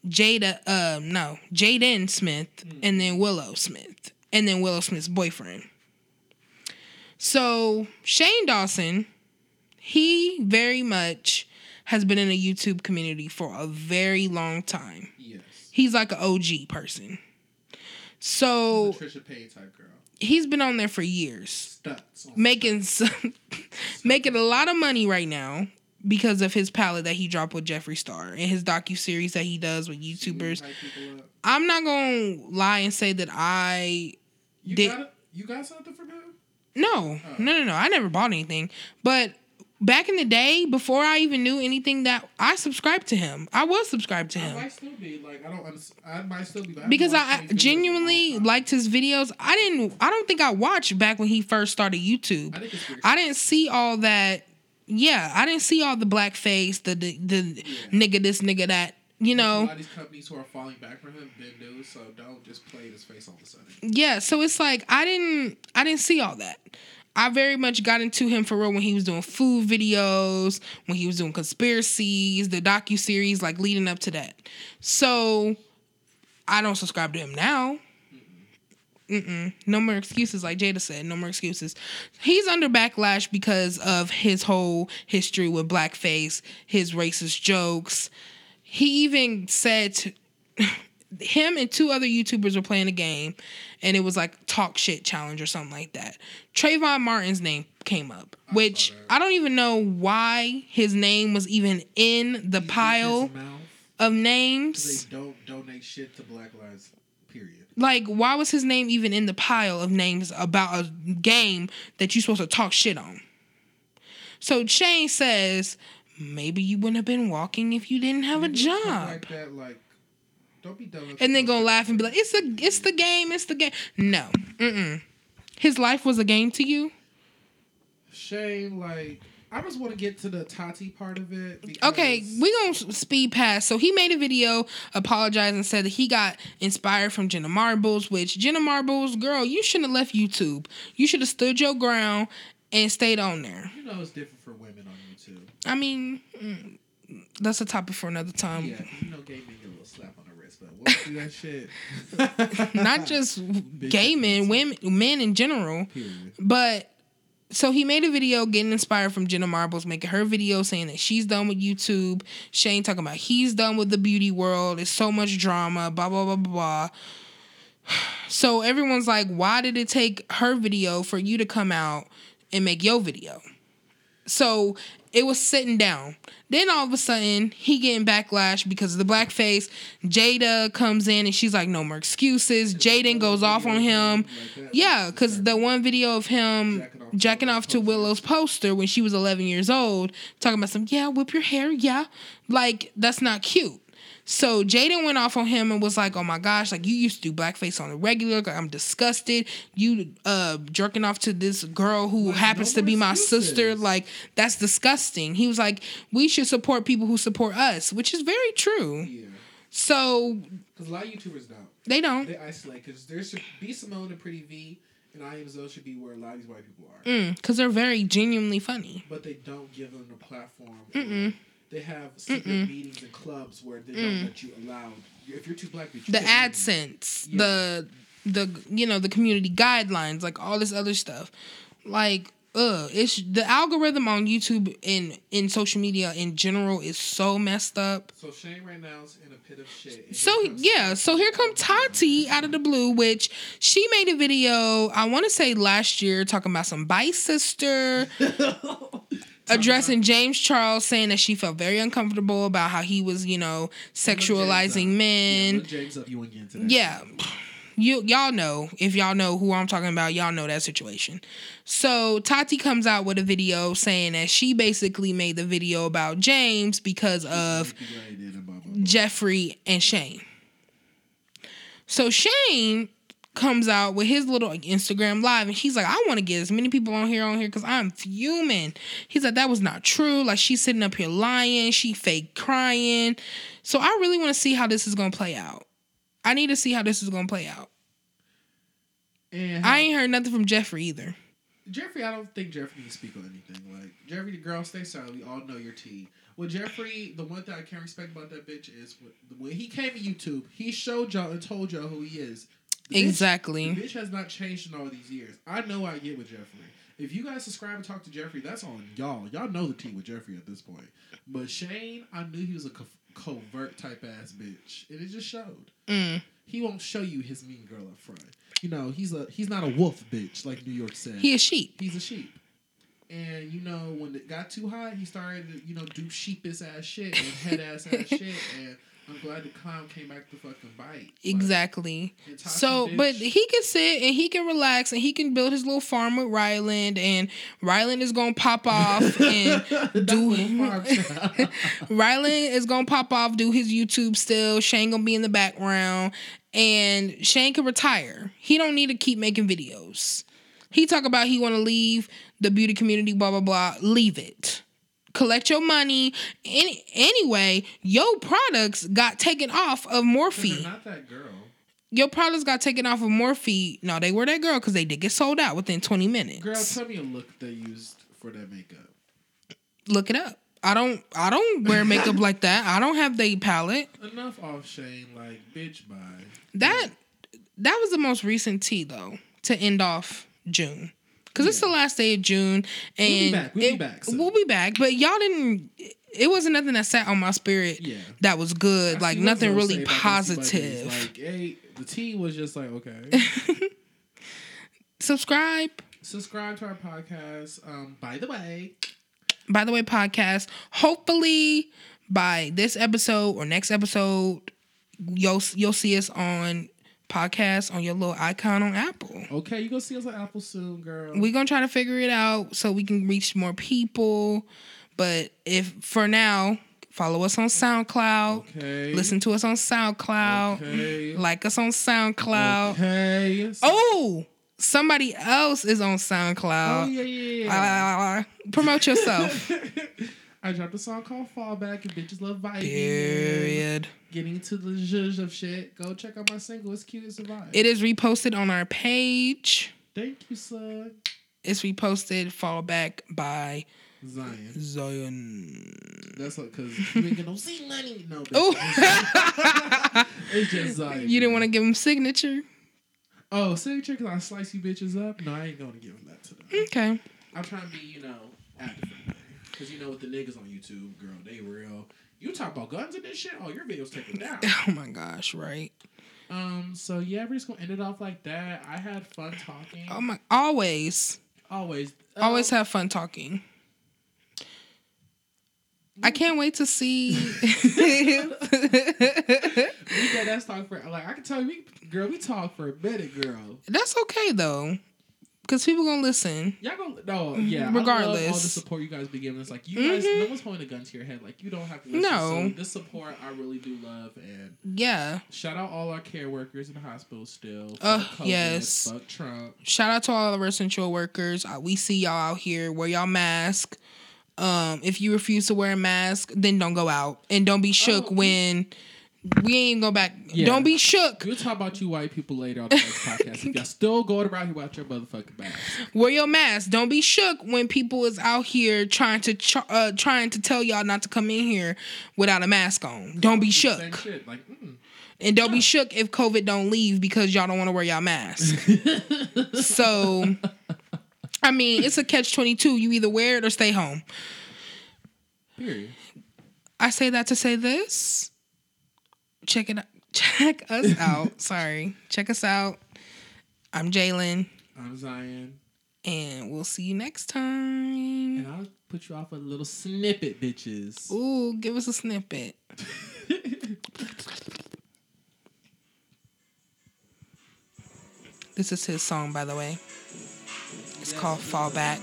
Speaker 2: Jada, uh, no, Jaden Smith, and then Willow Smith, and then Willow Smith's boyfriend. So Shane Dawson, he very much has been in the YouTube community for a very long time
Speaker 1: Yes.
Speaker 2: he's like an OG person.
Speaker 1: Oh.
Speaker 2: So
Speaker 1: Trisha Paytas type girl.
Speaker 2: he's been on there for years,
Speaker 1: Stuts. on
Speaker 2: making some, making a lot of money right now because of his palette that he dropped with Jeffree Star and his docu series that he does with
Speaker 1: stuff. You
Speaker 2: YouTubers.
Speaker 1: hype people up.
Speaker 2: I'm not gonna lie and say that I
Speaker 1: You
Speaker 2: Did-
Speaker 1: got, you got something from him?
Speaker 2: no no no no I never bought anything, but. Back in the day, before I even knew anything that I subscribed to him, I was subscribed to
Speaker 1: I
Speaker 2: him.
Speaker 1: might still be like I don't. unders- I might still be but haven't
Speaker 2: because
Speaker 1: watched
Speaker 2: I
Speaker 1: any videos in a long
Speaker 2: genuinely
Speaker 1: time.
Speaker 2: liked his videos. I didn't. I don't think I watched back when he first started YouTube.
Speaker 1: I think it's weird.
Speaker 2: I didn't see all that. Yeah, I didn't see all the blackface, the the, the nigga this, nigga that. You
Speaker 1: a
Speaker 2: know.
Speaker 1: lot of these companies who are falling back from him been new, so don't just play his face all of a sudden.
Speaker 2: Yeah. So it's like I didn't. I didn't see all that. I very much got into him for real when he was doing food videos, when he was doing conspiracies, the docu series, like leading up to that. So I don't subscribe to him now. Mm-mm. No more excuses, like Jada said. No more excuses. He's under backlash because of his whole history with blackface, his racist jokes. He even said to- him and two other YouTubers were playing a game, and it was like talk shit challenge or something like that. Trayvon Martin's name came up, which
Speaker 1: that.
Speaker 2: I don't even know why his name was even in the
Speaker 1: His
Speaker 2: pile
Speaker 1: mouth,
Speaker 2: of names.
Speaker 1: They don't donate shit to Black Lives. Period.
Speaker 2: Like, why was his name even in the pile of names about a game that you're supposed to talk shit on? So Shane says, maybe you wouldn't have been walking if you didn't have a
Speaker 1: You know,
Speaker 2: job.
Speaker 1: Like that, like don't be dumb.
Speaker 2: and then gonna laugh and be like, "It's a, it's the game, it's the game." No, mm-mm. His life was a game to you.
Speaker 1: Shane, like I just want to get to the Tati part of it. Because
Speaker 2: Okay, we gonna s- speed past. So he made a video apologizing, said that he got inspired from Jenna Marbles, which Jenna Marbles, girl, you shouldn't have left YouTube. You should have stood your ground and stayed on there.
Speaker 1: you know it's different for women on YouTube.
Speaker 2: I mean, mm, that's a topic for another time.
Speaker 1: yeah, 'cause you know, gay men get a little slap on the wrist, but we'll do that shit.
Speaker 2: Not just gay men, women, men in general.
Speaker 1: Period.
Speaker 2: But so he made a video getting inspired from Jenna Marbles, making her video saying that she's done with YouTube. Shane talking about he's done with the beauty world. It's so much drama, blah, blah, blah, blah, blah. So everyone's like, why did it take her video for you to come out and make your video? So it was sitting down. Then all of a sudden, he getting backlash because of the blackface. Jada comes in and she's like, no more excuses. Jaden goes off on him. Yeah, because the one video of him
Speaker 1: Jacking off to
Speaker 2: jacking
Speaker 1: Willow's
Speaker 2: off to Willow's
Speaker 1: poster.
Speaker 2: poster when she was 11 years old, talking about some, yeah, whip your hair, yeah. Like, that's not cute. So Jaden went off on him and was like, "Oh my gosh, like you used to do blackface on the regular. Like I'm disgusted. You uh jerking off to this girl who
Speaker 1: Like,
Speaker 2: happens
Speaker 1: no
Speaker 2: to be
Speaker 1: more
Speaker 2: my sister.
Speaker 1: excuses.
Speaker 2: Like that's disgusting." He was like, "We should support people who support us," which is very true.
Speaker 1: Yeah,
Speaker 2: So
Speaker 1: because a lot of YouTubers don't.
Speaker 2: they don't.
Speaker 1: They isolate because there should be Simone and Pretty V, and I Am Zoe should be where a lot of these white people are.
Speaker 2: Mm, Cause they're very genuinely funny.
Speaker 1: But they don't give them the platform. or
Speaker 2: Mm-mm.
Speaker 1: They have secret
Speaker 2: Mm-mm.
Speaker 1: meetings and clubs where they don't
Speaker 2: Mm.
Speaker 1: let you allow. If you're too black, you
Speaker 2: the
Speaker 1: can't be here.
Speaker 2: AdSense, the the you know the community guidelines, like all this other stuff. Like, uh, it's the algorithm on YouTube and in social media in general is so messed up.
Speaker 1: So Shane right now's in a pit of shit. and
Speaker 2: So
Speaker 1: here comes-
Speaker 2: yeah, so here come Tati out of the blue, which she made a video I want to say last year talking about some bi sister. addressing James Charles, saying that she felt very uncomfortable about how he was, you know, sexualizing men.
Speaker 1: Yeah, look James up, you ain't getting to that.
Speaker 2: Yeah. You y'all know, if y'all know who I'm talking about, y'all know that situation. So Tati comes out with a video saying that she basically made the video about James because of Jeffrey and Shane. So Shane comes out with his little Instagram live and he's like, I want to get as many people on here on here because I'm fuming. He's like, that was not true. Like she's sitting up here lying, she fake crying. So I really want to see how this is gonna play out. I need to see how this is gonna play out.
Speaker 1: And
Speaker 2: I ain't heard nothing from Jeffrey either.
Speaker 1: Jeffrey, I don't think Jeffrey can speak on anything. Like Jeffrey, the girl, stay silent. We all know your tea. Well, Jeffrey, the one thing I can't respect about that bitch is when- when he came to YouTube, he showed y'all and told y'all who he is. The bitch-
Speaker 2: Exactly.
Speaker 1: the bitch has not changed in all these years. I know I get with Jeffrey. If you guys subscribe and talk to Jeffrey, that's on y'all. Y'all know the tea with Jeffrey at this point. But Shane, I knew he was a co- covert type ass bitch, and it just showed.
Speaker 2: Mm.
Speaker 1: He won't show you his mean girl up front. You know, he's a he's not a wolf bitch like New York said
Speaker 2: He a sheep.
Speaker 1: he's a sheep. And you know, when it got too hot, he started to, you know, do sheepish ass shit and head ass ass shit. And I'm glad the clown came back to fucking bite. Like,
Speaker 2: Exactly.
Speaker 1: and Tati
Speaker 2: So,
Speaker 1: bitch,
Speaker 2: but he can sit and he can relax and he can build his little farm with Ryland, and Ryland is gonna pop off and do. Ryland is gonna pop off, do his YouTube still. Shane gonna be in the background, and Shane can retire. He don't need to keep making videos. He talk about he want to leave the beauty community, blah blah blah. Leave it. Collect your money. Any anyway, your products got taken off of
Speaker 1: They're
Speaker 2: Morphe.
Speaker 1: not that girl.
Speaker 2: your products got taken off of Morphe. No, they were that girl because they did get sold out within 20 minutes.
Speaker 1: Girl, tell me a look they used for that makeup.
Speaker 2: Look it up. I don't I don't wear makeup like that. I don't have the palette.
Speaker 1: Enough off Shane, like bitch. Bye.
Speaker 2: That that was the most recent tea though to end off June. Cause it's the last day of June, and
Speaker 1: be back. We'll be
Speaker 2: it-
Speaker 1: back, so.
Speaker 2: we'll be back. But y'all didn't. It wasn't nothing that sat on my spirit.
Speaker 1: Yeah.
Speaker 2: that was good.
Speaker 1: I
Speaker 2: like
Speaker 1: see what
Speaker 2: nothing
Speaker 1: Zoe
Speaker 2: really
Speaker 1: say about those
Speaker 2: positive.
Speaker 1: T-Buddies. Like, hey, the T was just like okay.
Speaker 2: Subscribe.
Speaker 1: Subscribe to our podcast. Um, by the way,
Speaker 2: By the way, podcast. Hopefully, by this episode or next episode, you'll you'll see us on podcast on your little icon on Apple.
Speaker 1: okay, you gonna see us on Apple soon, girl.
Speaker 2: we're gonna try to figure it out so we can reach more people but if for now follow us on soundcloud
Speaker 1: okay,
Speaker 2: listen to us on soundcloud
Speaker 1: Okay.
Speaker 2: like us on soundcloud
Speaker 1: Okay.
Speaker 2: oh somebody else is on soundcloud
Speaker 1: Oh, yeah, yeah.
Speaker 2: La,
Speaker 1: yeah.
Speaker 2: la, la, la. promote yourself
Speaker 1: I dropped a song called Fallback and bitches love vibing.
Speaker 2: period
Speaker 1: Getting to the zhuzh of shit. Go check out my single. It's cute as a vibe.
Speaker 2: it is reposted on our page
Speaker 1: Thank you, son.
Speaker 2: it's reposted fall back by
Speaker 1: Zion.
Speaker 2: zion
Speaker 1: That's what, cause you ain't get no Z money. No, bitch.
Speaker 2: oh
Speaker 1: it's just Zion.
Speaker 2: you didn't want to give him signature
Speaker 1: Oh, signature, cause I slice you bitches up. No, I ain't gonna give that to them.
Speaker 2: okay
Speaker 1: I'm trying to be, you know, active. Cause you know with the niggas on YouTube, girl, they real. You talk about guns and this shit. Oh, your videos taken down.
Speaker 2: Oh my gosh, right.
Speaker 1: Um, so yeah, we're just gonna end it off like that. I had fun talking.
Speaker 2: Oh my always.
Speaker 1: always,
Speaker 2: Always
Speaker 1: Um,
Speaker 2: have fun talking. I can't wait to see
Speaker 1: we got that talk for like I can tell you, we, girl, we talk for a minute, girl.
Speaker 2: That's okay though. Cause people gonna listen.
Speaker 1: Y'all gonna no, yeah. I love all
Speaker 2: Mm-hmm. Regardless.
Speaker 1: the support you guys be giving us, like you guys,
Speaker 2: Mhm.
Speaker 1: no one's holding a gun to your head. Like you don't have to. Listen.
Speaker 2: No.
Speaker 1: so this support I really do love, and
Speaker 2: Yeah.
Speaker 1: shout out all our care workers in the hospital still. Fuck
Speaker 2: Ugh, yes.
Speaker 1: Fuck Trump.
Speaker 2: Shout out to all of our essential workers. Uh, We see y'all out here. Wear y'all mask. Um, if you refuse to wear a mask, then don't go out and don't be shook
Speaker 1: Oh, we-
Speaker 2: when we ain't go back.
Speaker 1: Yeah.
Speaker 2: Don't be shook.
Speaker 1: We'll talk about you white people later on the next podcast. If y'all still going around here without your motherfucking mask.
Speaker 2: Wear your mask. Don't be shook when people is out here trying to ch- uh, trying to tell y'all not to come in here without a mask on. Don't be
Speaker 1: Same
Speaker 2: shook,
Speaker 1: shit. Like, mm.
Speaker 2: and don't be shook if COVID don't leave because y'all don't want to wear y'all mask. so, I mean, it's a catch twenty two. You either wear it or stay home.
Speaker 1: period.
Speaker 2: I say that to say this. Check it. Check us out. Sorry. Check us out. I'm Jalen,
Speaker 1: I'm Zion.
Speaker 2: and we'll see you next time.
Speaker 1: And I'll put you off with a little snippet, bitches.
Speaker 2: Ooh, give us a snippet. This is his song, by the way. It's called Fall Back.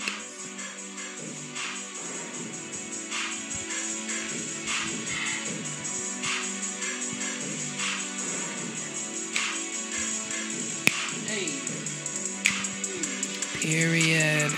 Speaker 2: Period.